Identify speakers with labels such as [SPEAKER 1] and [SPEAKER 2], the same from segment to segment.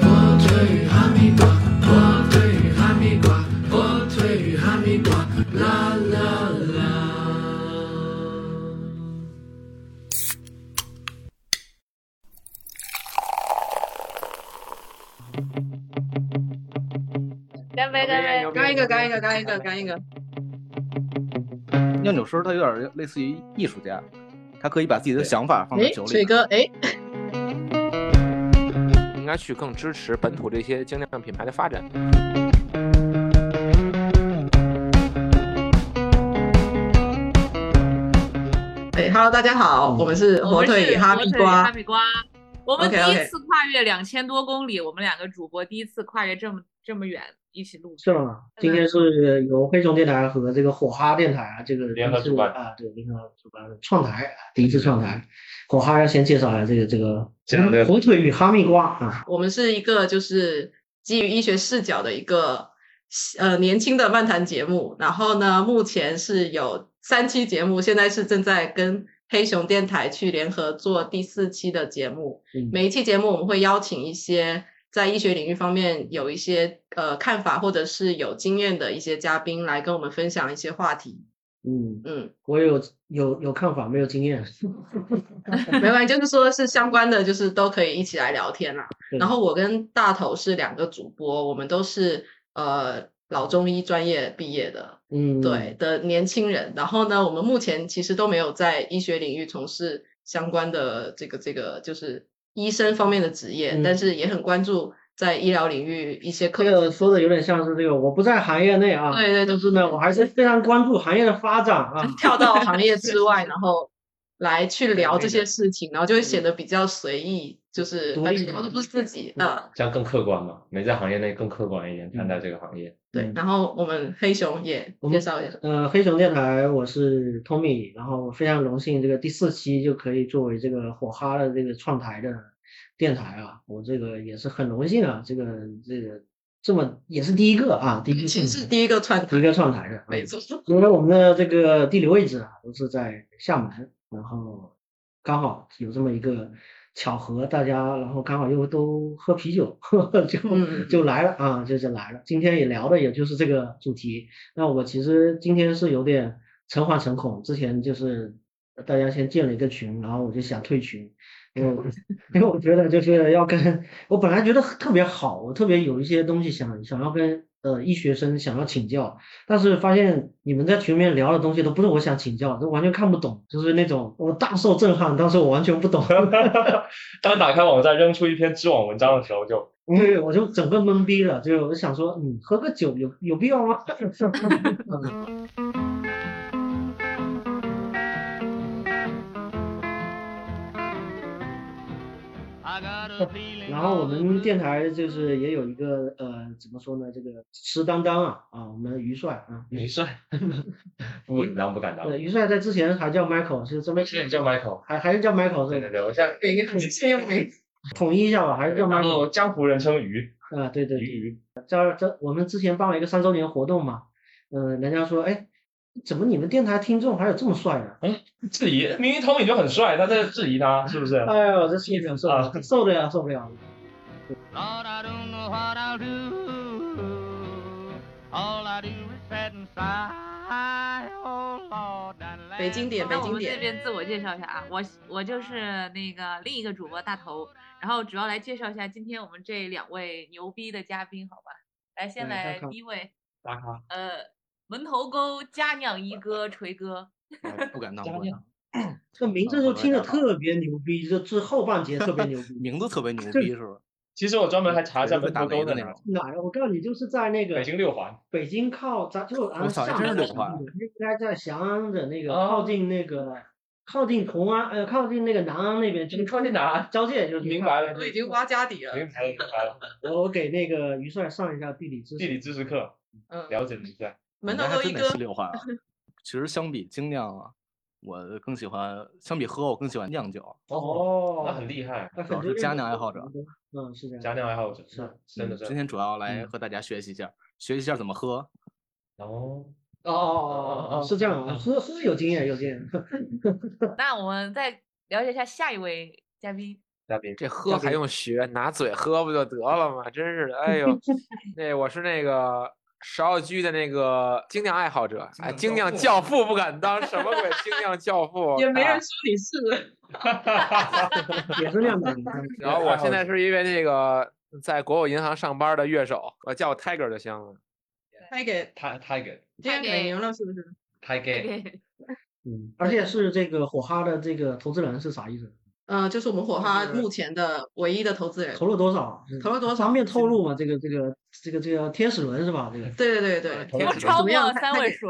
[SPEAKER 1] 火腿与哈密瓜，火腿与哈密瓜，火腿与哈密瓜，啦啦啦。
[SPEAKER 2] 干杯，干杯！
[SPEAKER 3] 干一个，干一个，干一个，干一个。
[SPEAKER 4] 酿酒师他有点类似于艺术家，他可以把自己的想法放在
[SPEAKER 3] 哎
[SPEAKER 4] 酒，里
[SPEAKER 3] 水。哥，哎，
[SPEAKER 5] 应该去更支持本土这些精酿品牌的发展。
[SPEAKER 3] 哎，Hello，大家好，我们是火腿与哈密
[SPEAKER 2] 我们是火腿与哈
[SPEAKER 3] 瓜。
[SPEAKER 2] 密瓜。我们第
[SPEAKER 3] OK，OK
[SPEAKER 2] 一次跨越两千多公里，我们两个主播第一次跨越这么这么远一起录制，
[SPEAKER 6] 是
[SPEAKER 3] 嗯
[SPEAKER 6] 吗？今天是由黑熊电台和这个火哈电台啊，这个
[SPEAKER 7] 联合
[SPEAKER 6] 是
[SPEAKER 7] 主办
[SPEAKER 6] 啊，对，联合主办创台，第一次创台。火哈要先介绍一下这个这个
[SPEAKER 7] 讲的
[SPEAKER 6] 火腿与哈密瓜啊，
[SPEAKER 3] 我们是一个就是基于医学视角的一个呃年轻的漫谈节目。然后呢，目前是有三期节目，现在是正在跟黑熊电台去联合做第四期的节目。
[SPEAKER 6] 嗯
[SPEAKER 3] 每一期节目我们会邀请一些在医学领域方面有一些呃看法或者是有经验的一些嘉宾来跟我们分享一些话题。
[SPEAKER 6] 嗯，
[SPEAKER 3] 嗯。
[SPEAKER 6] 我有有有看法，没有经验。
[SPEAKER 3] 没关系，就是说是相关的，就是都可以一起来聊天啦。
[SPEAKER 6] 对
[SPEAKER 3] 然后我跟大头是两个主播，我们都是呃老中医专业毕业的，
[SPEAKER 6] 嗯，
[SPEAKER 3] 对，的年轻人。然后呢，我们目前其实都没有在医学领域从事相关的这个这个就是医生方面的职业，
[SPEAKER 6] 嗯
[SPEAKER 3] 但是也很关注在医疗领域一些
[SPEAKER 6] 这
[SPEAKER 3] 科
[SPEAKER 6] 个说的有点像是这个，我不在行业内啊，
[SPEAKER 3] 对对对
[SPEAKER 6] 但是呢，我还是非常关注行业的发展啊。
[SPEAKER 3] 跳到行业之外，然后来去聊
[SPEAKER 6] 对
[SPEAKER 3] 这
[SPEAKER 6] 那
[SPEAKER 3] 些
[SPEAKER 6] 个
[SPEAKER 3] 事情，然后就会显得比较随意，就是
[SPEAKER 6] 独
[SPEAKER 3] 反
[SPEAKER 6] 立
[SPEAKER 3] 正
[SPEAKER 6] 嘛
[SPEAKER 3] 都不是自己
[SPEAKER 6] 嗯
[SPEAKER 3] 的。
[SPEAKER 7] 这样更客观嘛？没在行业内更客观一点看待这个行业。
[SPEAKER 6] 嗯
[SPEAKER 3] 对，然后我们黑熊也
[SPEAKER 6] 我
[SPEAKER 3] 介
[SPEAKER 6] 们
[SPEAKER 3] 绍一下。
[SPEAKER 6] 呃，黑熊电台，我是 Tommy，然后我非常荣幸，这个第四期就可以作为这个火哈的这个创台的电台啊，我这个也是很荣幸啊，这个这个这么也是第一个啊，第一
[SPEAKER 3] 其
[SPEAKER 6] 次
[SPEAKER 3] 实是第一个串
[SPEAKER 6] 第一
[SPEAKER 3] 台，
[SPEAKER 6] 个创台的，啊
[SPEAKER 3] 没。错。
[SPEAKER 6] 因为我们的这个地理位置啊，都是在厦门，然后刚好有这么一个巧合，大家然后刚好又都喝啤酒， 呵呵就
[SPEAKER 3] 嗯
[SPEAKER 6] 就来了啊，就是来了。今天也聊的也就是这个主题。那我其实今天是有点诚惶诚恐，之前就是大家先建了一个群，然后我就想退群，因为我 因为我觉得就是要跟我本来觉得特别好，我特别有一些东西想想要跟呃医学生想要请教，但是发现你们在群里面聊的东西都不是我想请教的，都完全看不懂，就是那种我大受震撼，但是我完全不懂，
[SPEAKER 7] 当打开网站扔出一篇知网文章的时候就，
[SPEAKER 6] 对，我就整个懵逼了，就是我想说，嗯，喝个酒有有必要吗？ 嗯然后我们电台就是也有一个呃，怎么说呢，这个石当当啊啊，我们于帅啊，
[SPEAKER 7] 没事， 不敢当，不敢当。
[SPEAKER 6] 对，于帅在之前还叫 Michael，是这么
[SPEAKER 7] 之前叫 Michael，
[SPEAKER 6] 还还是叫 Michael
[SPEAKER 7] 对
[SPEAKER 6] 是
[SPEAKER 7] 对
[SPEAKER 6] 吧？
[SPEAKER 7] 对，我现在
[SPEAKER 6] 统一一下吧，还是叫
[SPEAKER 7] 然
[SPEAKER 6] Michael
[SPEAKER 7] 后嗯江湖人称鱼
[SPEAKER 6] 啊？对对
[SPEAKER 7] 鱼
[SPEAKER 6] 对。
[SPEAKER 7] 鱼，
[SPEAKER 6] 这这我们之前办了一个三周年活动嘛，嗯、人家说，哎，怎么你们电台听众还有这么帅的？
[SPEAKER 7] 哎质疑明明 Tommy 就很帅，他在质疑他是不是？
[SPEAKER 6] 哎呦，这是一点受不了
[SPEAKER 7] 啊
[SPEAKER 6] 受不了，受不了。
[SPEAKER 8] Lord, I don't know what I'll do. All I do is sit and sigh. Oh, Lord, I
[SPEAKER 3] 北京点，北
[SPEAKER 2] 那我
[SPEAKER 3] 京
[SPEAKER 2] 们这
[SPEAKER 3] 点，
[SPEAKER 2] 边自我介绍一下啊，我我就是那个另一个主播大头，然后主要来介绍一下今天我们这两位牛逼的嘉宾，好吧？来，先
[SPEAKER 6] 对大
[SPEAKER 2] 来
[SPEAKER 6] 咖
[SPEAKER 2] 第一位，
[SPEAKER 7] 大咖，
[SPEAKER 2] 呃，门头沟佳酿一哥锤哥，
[SPEAKER 4] 不敢当，啊不
[SPEAKER 6] 加
[SPEAKER 4] 敢当，
[SPEAKER 6] 这名字就听
[SPEAKER 7] 啊
[SPEAKER 6] 着特别牛逼，这这后半截特别牛逼。
[SPEAKER 4] 名字特别牛逼，是吧？
[SPEAKER 7] 其实我专门还查一下
[SPEAKER 4] 被
[SPEAKER 7] 门
[SPEAKER 4] 打
[SPEAKER 7] 头
[SPEAKER 4] 雷
[SPEAKER 7] 沟
[SPEAKER 4] 的
[SPEAKER 7] 的
[SPEAKER 4] 那
[SPEAKER 7] 哪，
[SPEAKER 4] 种。
[SPEAKER 6] 哪呀？我告诉你，就是在那个
[SPEAKER 7] 北京六环，
[SPEAKER 6] 北京靠咱就啊，
[SPEAKER 4] 操还
[SPEAKER 6] 厦门
[SPEAKER 4] 真是
[SPEAKER 6] 的
[SPEAKER 4] 六环
[SPEAKER 6] 那个应该在翔安的那个
[SPEAKER 7] 哦
[SPEAKER 6] 靠近那个靠近同安呃靠近那个南安那边，就是
[SPEAKER 7] 靠近南安
[SPEAKER 6] 交界，就是
[SPEAKER 7] 明白了
[SPEAKER 3] 我已经挖家底了。
[SPEAKER 7] 明白了明白了，
[SPEAKER 6] 我我给那个于帅上一下地理知识。
[SPEAKER 7] 地理知识课
[SPEAKER 3] 嗯，
[SPEAKER 7] 了解了一下。
[SPEAKER 3] 门头
[SPEAKER 4] 人家
[SPEAKER 3] 沟
[SPEAKER 4] 还
[SPEAKER 3] 一
[SPEAKER 4] 真
[SPEAKER 3] 哥
[SPEAKER 4] 得是六 环啊。其实相比精酿啊，我更喜欢相比喝，我更喜欢酿酒。
[SPEAKER 6] 哦，
[SPEAKER 7] 那很厉害，
[SPEAKER 6] 那
[SPEAKER 4] 主要
[SPEAKER 6] 很
[SPEAKER 4] 是
[SPEAKER 6] 多
[SPEAKER 4] 家
[SPEAKER 6] 人
[SPEAKER 4] 酿
[SPEAKER 6] 都
[SPEAKER 4] 爱好者。
[SPEAKER 6] 嗯，是这样。
[SPEAKER 7] 家酿爱好者
[SPEAKER 6] 是
[SPEAKER 7] 真的
[SPEAKER 4] 嗯今
[SPEAKER 7] 是。
[SPEAKER 4] 天主要来
[SPEAKER 7] 嗯
[SPEAKER 4] 和大家学习一下，学习一下怎么喝。
[SPEAKER 7] 然后
[SPEAKER 6] 哦哦哦哦，是这样啊，喝喝有经验有经验，
[SPEAKER 2] 那我们再了解一下下一位嘉宾，
[SPEAKER 4] 嘉宾，
[SPEAKER 5] 这喝还用学？拿嘴喝不就得了吗？真是的，哎 呦，那我是那个芍药居的那个精酿爱好者，哎，精
[SPEAKER 1] 精
[SPEAKER 5] 酿
[SPEAKER 1] 酿
[SPEAKER 5] 教
[SPEAKER 1] 教
[SPEAKER 5] 父不敢当，什么鬼精酿教 父？
[SPEAKER 3] 也没
[SPEAKER 5] 啊
[SPEAKER 3] 人说你是。
[SPEAKER 6] 也是亮的。
[SPEAKER 5] 然后我现在是一位那个在国有银行上班的乐手，我叫我 Tiger 就行 了。
[SPEAKER 3] 拍给
[SPEAKER 7] 太太给
[SPEAKER 3] 今天给牛了是不是？
[SPEAKER 7] 太给，
[SPEAKER 6] 嗯，而且是这个火哈的这个投资人是啥意思？
[SPEAKER 3] 呃，就是我们火哈
[SPEAKER 6] 就是
[SPEAKER 3] 目前的唯一的投资人。
[SPEAKER 6] 投了多少？啊
[SPEAKER 3] 投了多少
[SPEAKER 6] 方便透露吗？这个这个这个这个天使轮是吧？这个
[SPEAKER 3] 对对对对，
[SPEAKER 7] 投
[SPEAKER 5] 天
[SPEAKER 2] 不
[SPEAKER 7] 了
[SPEAKER 5] 使
[SPEAKER 7] 几
[SPEAKER 5] 轮
[SPEAKER 2] 超
[SPEAKER 3] 怎么样
[SPEAKER 2] 过
[SPEAKER 3] 看
[SPEAKER 2] 三
[SPEAKER 3] 看
[SPEAKER 2] 位
[SPEAKER 3] 你
[SPEAKER 2] 数，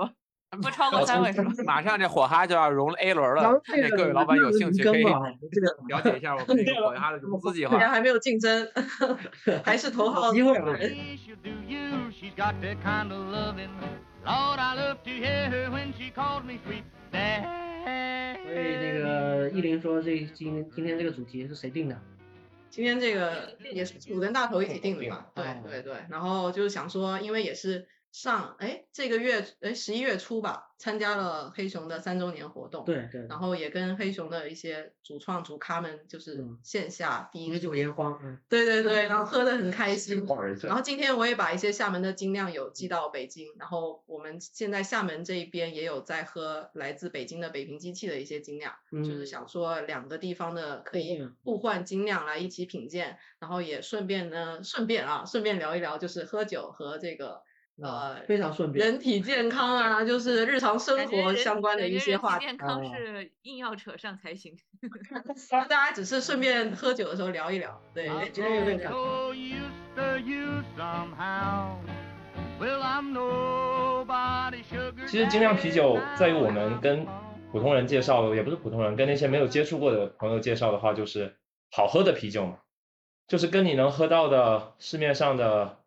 [SPEAKER 2] 不超过三位数。
[SPEAKER 5] 马上这火哈就要融了 A 轮了，看这各位老板有兴趣可以
[SPEAKER 6] 这个
[SPEAKER 5] 了解一下我们这个 火哈的融资计
[SPEAKER 3] 虽然
[SPEAKER 5] 划。
[SPEAKER 3] 还没有竞争， 还是头号
[SPEAKER 6] 机会啊
[SPEAKER 3] 人。
[SPEAKER 8] She'll do you. She's got that kind of loving. Lord, I love to hear her when she calls me sweet.
[SPEAKER 6] 所以那
[SPEAKER 8] Daddy.
[SPEAKER 6] 个依林说，这今今天这个主题是谁定的？
[SPEAKER 3] 今天这个也是五跟大头一起定的嘛，对
[SPEAKER 6] 嗯
[SPEAKER 3] 对对。然后就是想说，因为也是上哎这个月哎十一月初吧，参加了黑熊的三周年活动，，
[SPEAKER 6] 对对，
[SPEAKER 3] 然后也跟黑熊的一些主创主咖们就是
[SPEAKER 6] 嗯
[SPEAKER 3] 线下第一，
[SPEAKER 6] 一个酒言欢，嗯，
[SPEAKER 3] 对对对，然后喝得很开 心。
[SPEAKER 7] 而
[SPEAKER 3] 然后今天我也把一些厦门的精酿有寄到北京，然后我们现在厦门这一边也有在喝来自北京的北平机器的一些精酿，就是
[SPEAKER 6] 嗯
[SPEAKER 3] 想说两个地方的可
[SPEAKER 6] 对
[SPEAKER 3] 以
[SPEAKER 6] 嗯
[SPEAKER 3] 互换精酿来一起品鉴，然后也顺便呢，顺便啊，顺便聊一聊就是喝酒和这个呃
[SPEAKER 6] 嗯非常顺便。
[SPEAKER 3] 人体健康啊，就是日常生
[SPEAKER 2] 感觉
[SPEAKER 3] 活
[SPEAKER 2] 人
[SPEAKER 3] 相关的
[SPEAKER 2] 感
[SPEAKER 3] 一
[SPEAKER 2] 觉
[SPEAKER 3] 些
[SPEAKER 2] 人体
[SPEAKER 3] 话题。
[SPEAKER 2] 健康
[SPEAKER 6] 啊
[SPEAKER 2] 是硬要扯上才行。
[SPEAKER 3] 大家只是顺便喝酒的时候聊一聊，啊对。
[SPEAKER 2] 啊
[SPEAKER 6] 哎今天有点感动。
[SPEAKER 8] No use Oh, to you somehow. Well, I'm nobody sugar
[SPEAKER 7] 其实精酿啤酒在于我们跟普通人介绍，也不是普通人，跟那些没有接触过的朋友介绍的话，就是好喝的啤酒嘛，就是跟你能喝到的市面上的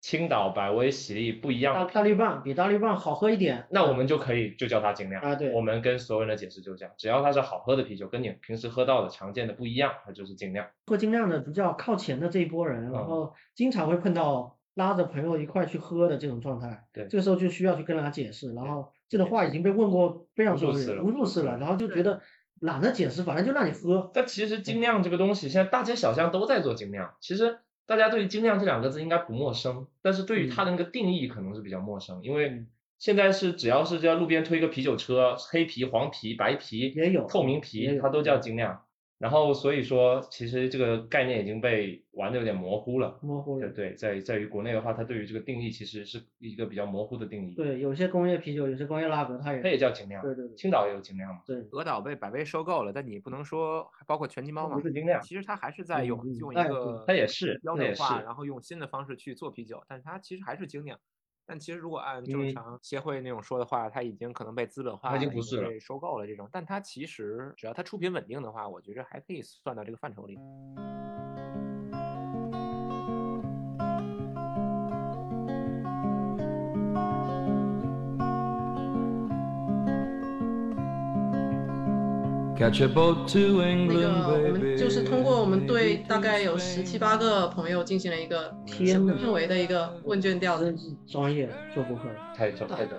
[SPEAKER 7] 青岛、百威、喜力不一
[SPEAKER 6] 大
[SPEAKER 7] 样，
[SPEAKER 6] 大绿棒比大绿棒好喝一点，
[SPEAKER 7] 那我们就可以就叫它精酿
[SPEAKER 6] 啊对
[SPEAKER 7] 我们跟所有人的解释就是这样，只要它是好喝的啤酒，跟你平时喝到的常见的不一样，它就是精酿。
[SPEAKER 6] 喝精酿的比较靠前的这一波人，然
[SPEAKER 7] 嗯
[SPEAKER 6] 后经常会碰到拉着朋友一块去喝的这种状态。
[SPEAKER 7] 对
[SPEAKER 6] 这个时候就需要去跟人家解释，然后这种话已经被问过非常
[SPEAKER 7] 无数
[SPEAKER 6] 多的
[SPEAKER 7] 次
[SPEAKER 6] 人，
[SPEAKER 7] 了
[SPEAKER 6] 无数次了，然后就觉得懒得解释，反正就让你喝。
[SPEAKER 7] 但其实精酿这个东西，现在大街小巷都在做精酿。其实大家对于精酿这两个字应该不陌生，但是对于它的那个定义可能是比较陌生，因为
[SPEAKER 6] 嗯
[SPEAKER 7] 现在是只要是在路边推一个啤酒车，黑啤、黄啤、白啤
[SPEAKER 6] 也有
[SPEAKER 7] 透明
[SPEAKER 6] 也
[SPEAKER 7] 啤，
[SPEAKER 6] 有
[SPEAKER 7] 它都叫精酿。然后所以说，其实这个概念已经被玩的有点模糊了。
[SPEAKER 6] 模糊了
[SPEAKER 7] 对。对，在在于国内的话，它对于这个定义其实是一个比较模糊的定义。，
[SPEAKER 6] 对，有些工业啤酒，有些工业拉格，它也
[SPEAKER 7] 它也叫精酿。
[SPEAKER 6] 对对对
[SPEAKER 7] 青岛也有精酿嘛，
[SPEAKER 6] 对，
[SPEAKER 5] 鹅岛被百威收购了，但你不能说，还包括全金猫嘛
[SPEAKER 7] 不，是精酿，
[SPEAKER 5] 其实它哦还是在用
[SPEAKER 6] 嗯嗯
[SPEAKER 5] 用一
[SPEAKER 6] 哎
[SPEAKER 5] 个
[SPEAKER 7] 它也是
[SPEAKER 5] 标
[SPEAKER 7] 它也
[SPEAKER 5] 准化，
[SPEAKER 7] 是
[SPEAKER 5] 然后用新的方式去做啤酒，但是它其实还是精酿。但其实如果按
[SPEAKER 7] 嗯
[SPEAKER 5] 正常协会那种说的话，它已经可能被资本化
[SPEAKER 7] 它
[SPEAKER 5] 了，
[SPEAKER 7] 已经不是了
[SPEAKER 5] 被收购了这种。但它其实只要它出品稳定的话，我觉着还可以算到这个范畴里。
[SPEAKER 1] Catch a boat to
[SPEAKER 3] 那
[SPEAKER 1] England,
[SPEAKER 6] 嗯
[SPEAKER 3] 个，我们
[SPEAKER 1] baby.
[SPEAKER 3] 就是通过我们对大概有十七八个朋友进行了一个
[SPEAKER 6] 天嗯呐
[SPEAKER 3] 氛围的一个呃问卷调查
[SPEAKER 6] 真，是专业做播客的。
[SPEAKER 7] 太重太重。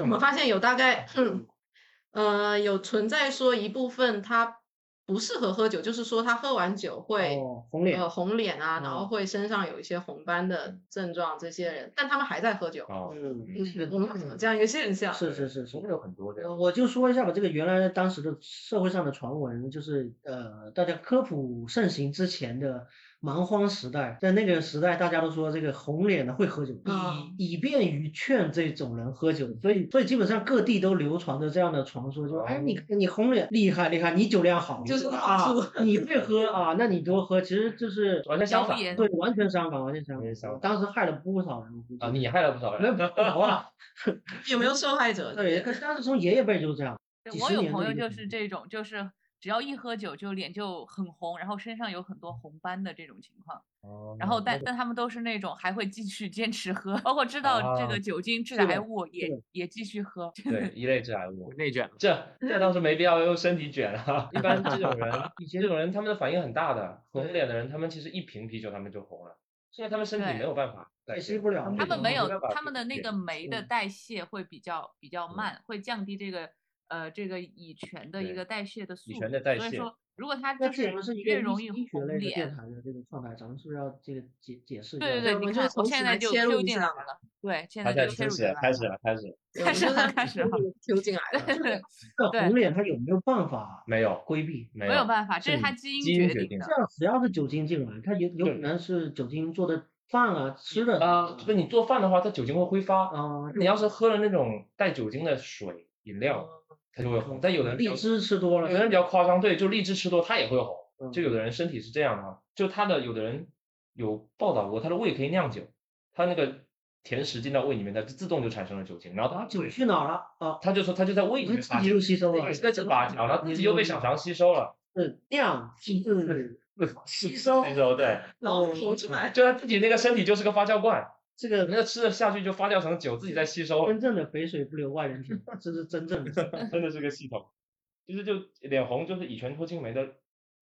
[SPEAKER 3] 我们发现有大概，嗯，呃，有存在说一部分他不适合喝酒，就是说他喝完酒会、
[SPEAKER 6] 哦，红脸
[SPEAKER 3] 呃红脸啊，然后
[SPEAKER 6] 嗯
[SPEAKER 3] 会身上有一些红斑的症状，这些人，但他们还在喝酒。
[SPEAKER 7] 哦，
[SPEAKER 6] 嗯，
[SPEAKER 3] 嗯，我们有这样一个现象，
[SPEAKER 6] 是是是是，
[SPEAKER 5] 有很多这
[SPEAKER 6] 呃，我就说一下吧，这个原来当时的社会上的传闻，就是呃，大家科普盛行之前的蛮荒时代，在那个时代，大家都说这个红脸的会喝酒，
[SPEAKER 3] 啊
[SPEAKER 2] 嗯
[SPEAKER 6] 以以便于劝这种人喝酒，所以所以基本上各地都流传着这样的传说，就说哎，你
[SPEAKER 2] 哦
[SPEAKER 6] 看你红脸厉害厉害，你酒量好，
[SPEAKER 3] 就是
[SPEAKER 6] 啊
[SPEAKER 3] 话术，
[SPEAKER 6] 你会喝啊，那你多喝，其实就是
[SPEAKER 7] 完全相
[SPEAKER 2] 谣
[SPEAKER 7] 反
[SPEAKER 2] 言
[SPEAKER 6] 对，完全相反，完全相
[SPEAKER 7] 完全
[SPEAKER 6] 反，
[SPEAKER 7] 相
[SPEAKER 6] 我
[SPEAKER 7] 反
[SPEAKER 6] 当时害了不少人，我估计
[SPEAKER 7] 啊！你害了不少人。
[SPEAKER 6] 没不好啊，
[SPEAKER 3] 有没有受害者？
[SPEAKER 6] 对，当时从爷爷辈就这样。
[SPEAKER 2] 对
[SPEAKER 6] 几
[SPEAKER 2] 我
[SPEAKER 6] 十
[SPEAKER 2] 有
[SPEAKER 6] 年
[SPEAKER 2] 朋
[SPEAKER 6] 的
[SPEAKER 2] 友
[SPEAKER 6] 一
[SPEAKER 2] 就
[SPEAKER 6] 个统
[SPEAKER 2] 是
[SPEAKER 6] 计
[SPEAKER 2] 这种，就是只要一喝酒就脸就很红，然后身上有很多红斑的这种情况。然
[SPEAKER 7] 嗯
[SPEAKER 2] 后 但但他们都是那种还会继续坚持喝，包括知道这
[SPEAKER 7] 啊
[SPEAKER 2] 个酒精致
[SPEAKER 6] 是
[SPEAKER 2] 癌
[SPEAKER 6] 的
[SPEAKER 2] 物也
[SPEAKER 6] 的
[SPEAKER 2] 也继续喝。
[SPEAKER 7] 对，一类致癌物，
[SPEAKER 5] 内卷嘛，
[SPEAKER 7] 这这倒是没必要用身体卷 啊。一般这种人，这种人他们的反应很大的，红脸的人，他们其实一瓶啤酒他们就红了。现在他们身体
[SPEAKER 2] 对
[SPEAKER 7] 没有办法代
[SPEAKER 6] 也
[SPEAKER 7] 谢
[SPEAKER 6] 吸，不了。
[SPEAKER 2] 他们没有
[SPEAKER 7] 没办法，
[SPEAKER 2] 他们的那
[SPEAKER 7] 去
[SPEAKER 2] 个酶的
[SPEAKER 6] 嗯
[SPEAKER 2] 代谢会比较比较
[SPEAKER 7] 嗯
[SPEAKER 2] 慢，会降低这个呃这个乙醛的一
[SPEAKER 7] 对
[SPEAKER 2] 个代谢的速
[SPEAKER 7] 乙
[SPEAKER 2] 度。
[SPEAKER 7] 醛的代
[SPEAKER 2] 所以
[SPEAKER 7] 谢
[SPEAKER 2] 说，如果他
[SPEAKER 6] 那
[SPEAKER 2] 就
[SPEAKER 6] 这
[SPEAKER 2] 是
[SPEAKER 6] 我们是一个
[SPEAKER 2] 越容
[SPEAKER 6] 医
[SPEAKER 2] 易
[SPEAKER 6] 医学
[SPEAKER 2] 红
[SPEAKER 6] 类的电
[SPEAKER 2] 脸，
[SPEAKER 6] 台的这个状态，咱们是不是要这个解解释一下？
[SPEAKER 2] 对对对，
[SPEAKER 3] 我
[SPEAKER 2] 你
[SPEAKER 3] 们就
[SPEAKER 2] 看
[SPEAKER 3] 从
[SPEAKER 2] 我
[SPEAKER 3] 此
[SPEAKER 2] 现
[SPEAKER 3] 来
[SPEAKER 2] 在就
[SPEAKER 3] 切入
[SPEAKER 2] Q
[SPEAKER 3] 一
[SPEAKER 2] 进
[SPEAKER 3] 下
[SPEAKER 2] 来了，对，现
[SPEAKER 7] 开
[SPEAKER 2] 在就
[SPEAKER 7] 始
[SPEAKER 2] Q
[SPEAKER 7] 开
[SPEAKER 2] 进来
[SPEAKER 7] 始
[SPEAKER 2] 了，
[SPEAKER 7] 开始了
[SPEAKER 2] 开
[SPEAKER 7] 开始，
[SPEAKER 2] 始了开 始了，
[SPEAKER 3] 丢进来了。
[SPEAKER 6] 呃这
[SPEAKER 2] 对
[SPEAKER 6] 红脸它有没有办法
[SPEAKER 7] 没有
[SPEAKER 6] 规避？
[SPEAKER 7] 没
[SPEAKER 2] 没有办法，这
[SPEAKER 7] 是
[SPEAKER 2] 是他
[SPEAKER 7] 你
[SPEAKER 2] 基因
[SPEAKER 7] 基因
[SPEAKER 2] 决
[SPEAKER 7] 决
[SPEAKER 2] 定
[SPEAKER 7] 定
[SPEAKER 2] 的
[SPEAKER 6] 这。样只要是酒精进来，它有有可
[SPEAKER 7] 对
[SPEAKER 6] 能是酒精做的饭啊、吃的
[SPEAKER 7] 啊，不是你做饭的话，它酒精会挥发，
[SPEAKER 6] 啊，
[SPEAKER 7] 你要是喝了那种带酒精的水饮料，
[SPEAKER 2] 嗯
[SPEAKER 7] 它就会红。但有的人比较
[SPEAKER 6] 荔枝吃多
[SPEAKER 7] 有
[SPEAKER 6] 了，
[SPEAKER 7] 的人比较夸张，对，就荔枝吃多它也会红。就
[SPEAKER 6] 嗯
[SPEAKER 7] 有的人身体是这样的啊，就他的有的人有报道过，他的胃可以酿酒，他那个甜食进到胃里面，它就自动就产生了酒精，然后
[SPEAKER 6] 然后
[SPEAKER 7] 他
[SPEAKER 6] 酒去哪儿了啊？
[SPEAKER 7] 他就说他就在胃
[SPEAKER 6] 你
[SPEAKER 7] 里面
[SPEAKER 6] 自
[SPEAKER 7] 发
[SPEAKER 6] 己
[SPEAKER 7] 酵，
[SPEAKER 6] 又吸收了，
[SPEAKER 7] 对，在这发酵，然后自己又被小肠吸收 了，
[SPEAKER 6] 是量是是
[SPEAKER 7] 吸
[SPEAKER 6] 收
[SPEAKER 7] 吸收，对，
[SPEAKER 3] 然后流出来，
[SPEAKER 7] 就他自己那个身体就是个发酵罐，
[SPEAKER 6] 这个
[SPEAKER 7] 那个吃了下去就发酵成酒，自己在吸 收，
[SPEAKER 6] 真正的肥水不流外人田，这是真正的。
[SPEAKER 7] 真的是个系统，就是就脸红，就是乙醛脱氢酶的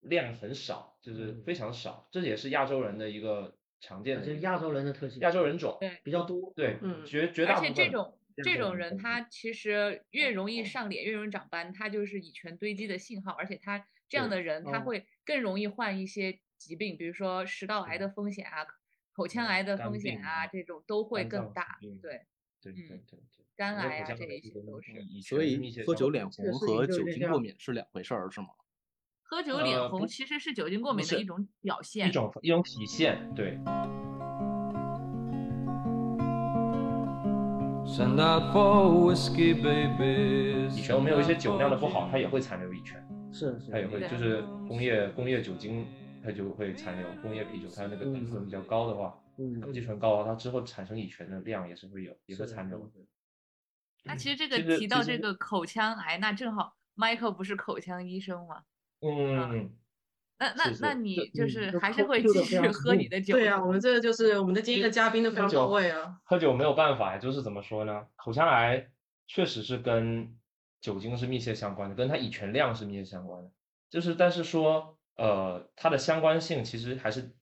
[SPEAKER 7] 量很少，就是非常少，这也是亚洲人的一个常见的
[SPEAKER 6] 就
[SPEAKER 7] 一
[SPEAKER 6] 是
[SPEAKER 7] 个
[SPEAKER 6] 亚洲人的特性，
[SPEAKER 7] 亚洲人种，
[SPEAKER 6] 比较多。
[SPEAKER 7] 对，
[SPEAKER 3] 嗯
[SPEAKER 7] 绝绝大
[SPEAKER 2] 而
[SPEAKER 7] 部
[SPEAKER 2] 且
[SPEAKER 7] 分
[SPEAKER 2] 这种
[SPEAKER 7] 这
[SPEAKER 2] 这
[SPEAKER 7] 样
[SPEAKER 2] 种
[SPEAKER 7] 的
[SPEAKER 2] 人，
[SPEAKER 7] 东西
[SPEAKER 2] 他其实越容易上脸，越容易长斑，他就是乙醛堆积的信号。而且他这样
[SPEAKER 7] 对
[SPEAKER 2] 的人，他
[SPEAKER 6] 哦
[SPEAKER 2] 会更容易患一些疾病，比如说食道癌的风险啊、口腔
[SPEAKER 7] 嗯
[SPEAKER 2] 癌的
[SPEAKER 7] 肝
[SPEAKER 2] 风险
[SPEAKER 7] 病
[SPEAKER 2] 啊，
[SPEAKER 7] 啊
[SPEAKER 2] 这种都会
[SPEAKER 7] 肝
[SPEAKER 2] 更
[SPEAKER 7] 脏
[SPEAKER 2] 大
[SPEAKER 7] 疾病。
[SPEAKER 2] 对，
[SPEAKER 7] 对对对对，
[SPEAKER 2] 肝
[SPEAKER 7] 我觉得
[SPEAKER 2] 癌
[SPEAKER 7] 口
[SPEAKER 2] 啊
[SPEAKER 7] 腔
[SPEAKER 2] 这
[SPEAKER 7] 癌
[SPEAKER 2] 一
[SPEAKER 7] 是
[SPEAKER 2] 些
[SPEAKER 7] 跟
[SPEAKER 2] 都是
[SPEAKER 7] 以以
[SPEAKER 4] 嗯所
[SPEAKER 7] 前密
[SPEAKER 4] 以
[SPEAKER 7] 切
[SPEAKER 4] 喝
[SPEAKER 7] 相
[SPEAKER 4] 酒
[SPEAKER 7] 关
[SPEAKER 4] 脸
[SPEAKER 6] 这个
[SPEAKER 4] 红
[SPEAKER 6] 事情
[SPEAKER 4] 和
[SPEAKER 6] 就
[SPEAKER 4] 酒
[SPEAKER 6] 是这
[SPEAKER 4] 精过
[SPEAKER 6] 样
[SPEAKER 4] 敏是两回事儿，是吗？
[SPEAKER 2] 喝酒
[SPEAKER 7] 呃
[SPEAKER 2] 脸
[SPEAKER 7] 不
[SPEAKER 2] 红其实是酒精过
[SPEAKER 7] 不
[SPEAKER 2] 敏的
[SPEAKER 7] 是
[SPEAKER 2] 一种表现
[SPEAKER 7] 一。种一种体现，对，
[SPEAKER 1] Send out for whiskey, baby.
[SPEAKER 7] 乙醛我们有一些酒酿的不好，它也会残留乙醛，
[SPEAKER 6] 是是
[SPEAKER 7] 它也会
[SPEAKER 2] 对
[SPEAKER 7] 就是工业工业酒精。它就会残留工业啤酒，它那个胆固醇比较高的话，
[SPEAKER 6] 嗯
[SPEAKER 7] 胆固醇高的啊话，它之后产生乙醛的量也是会有，也会残留。
[SPEAKER 2] 那其实这个
[SPEAKER 7] 其实
[SPEAKER 2] 提到
[SPEAKER 7] 其
[SPEAKER 2] 这
[SPEAKER 7] 实
[SPEAKER 2] 个口腔癌，那正好 Michael 不是口腔医生吗？
[SPEAKER 7] 嗯，
[SPEAKER 2] 那那
[SPEAKER 7] 是是
[SPEAKER 2] 那你就
[SPEAKER 6] 嗯
[SPEAKER 2] 是
[SPEAKER 6] 就
[SPEAKER 2] 还是
[SPEAKER 6] 扣
[SPEAKER 2] 会
[SPEAKER 6] 扣
[SPEAKER 2] 继
[SPEAKER 6] 得非
[SPEAKER 2] 续
[SPEAKER 6] 常
[SPEAKER 2] 喝你
[SPEAKER 6] 重
[SPEAKER 2] 的酒的。
[SPEAKER 3] 对啊，我们这个就是我们的第一个嘉宾都非常到位啊。
[SPEAKER 7] 喝酒没有办法，就是怎么说呢？口腔癌确实是跟酒精是密切相关的，跟它乙醛量是密切相关的。就是但是说，呃，它的相关性其实还是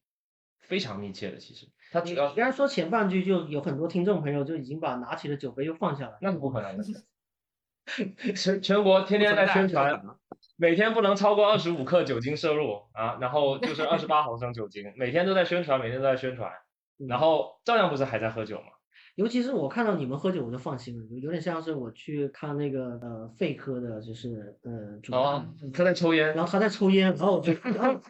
[SPEAKER 7] 非常密切的。其实它
[SPEAKER 6] 你
[SPEAKER 7] 主
[SPEAKER 6] 你
[SPEAKER 7] 要
[SPEAKER 6] 刚才说前半句，就有很多听众朋友就已经把拿起的酒杯又放下来。
[SPEAKER 7] 那是不可能的。啊 全全国天天在宣传，每天不能超过二十五克酒精摄入啊，然后就是二十八毫升酒精，每天都在宣传，每天都在宣传，
[SPEAKER 6] 嗯
[SPEAKER 7] 然后照样不是还在喝酒吗？
[SPEAKER 6] 尤其是我看到你们喝酒，我就放心了，有有点像是我去看那个呃肺科的，就是呃主
[SPEAKER 7] 哦
[SPEAKER 6] 任，，
[SPEAKER 7] 他在抽烟
[SPEAKER 6] 然，后他在抽烟，然后我就然 后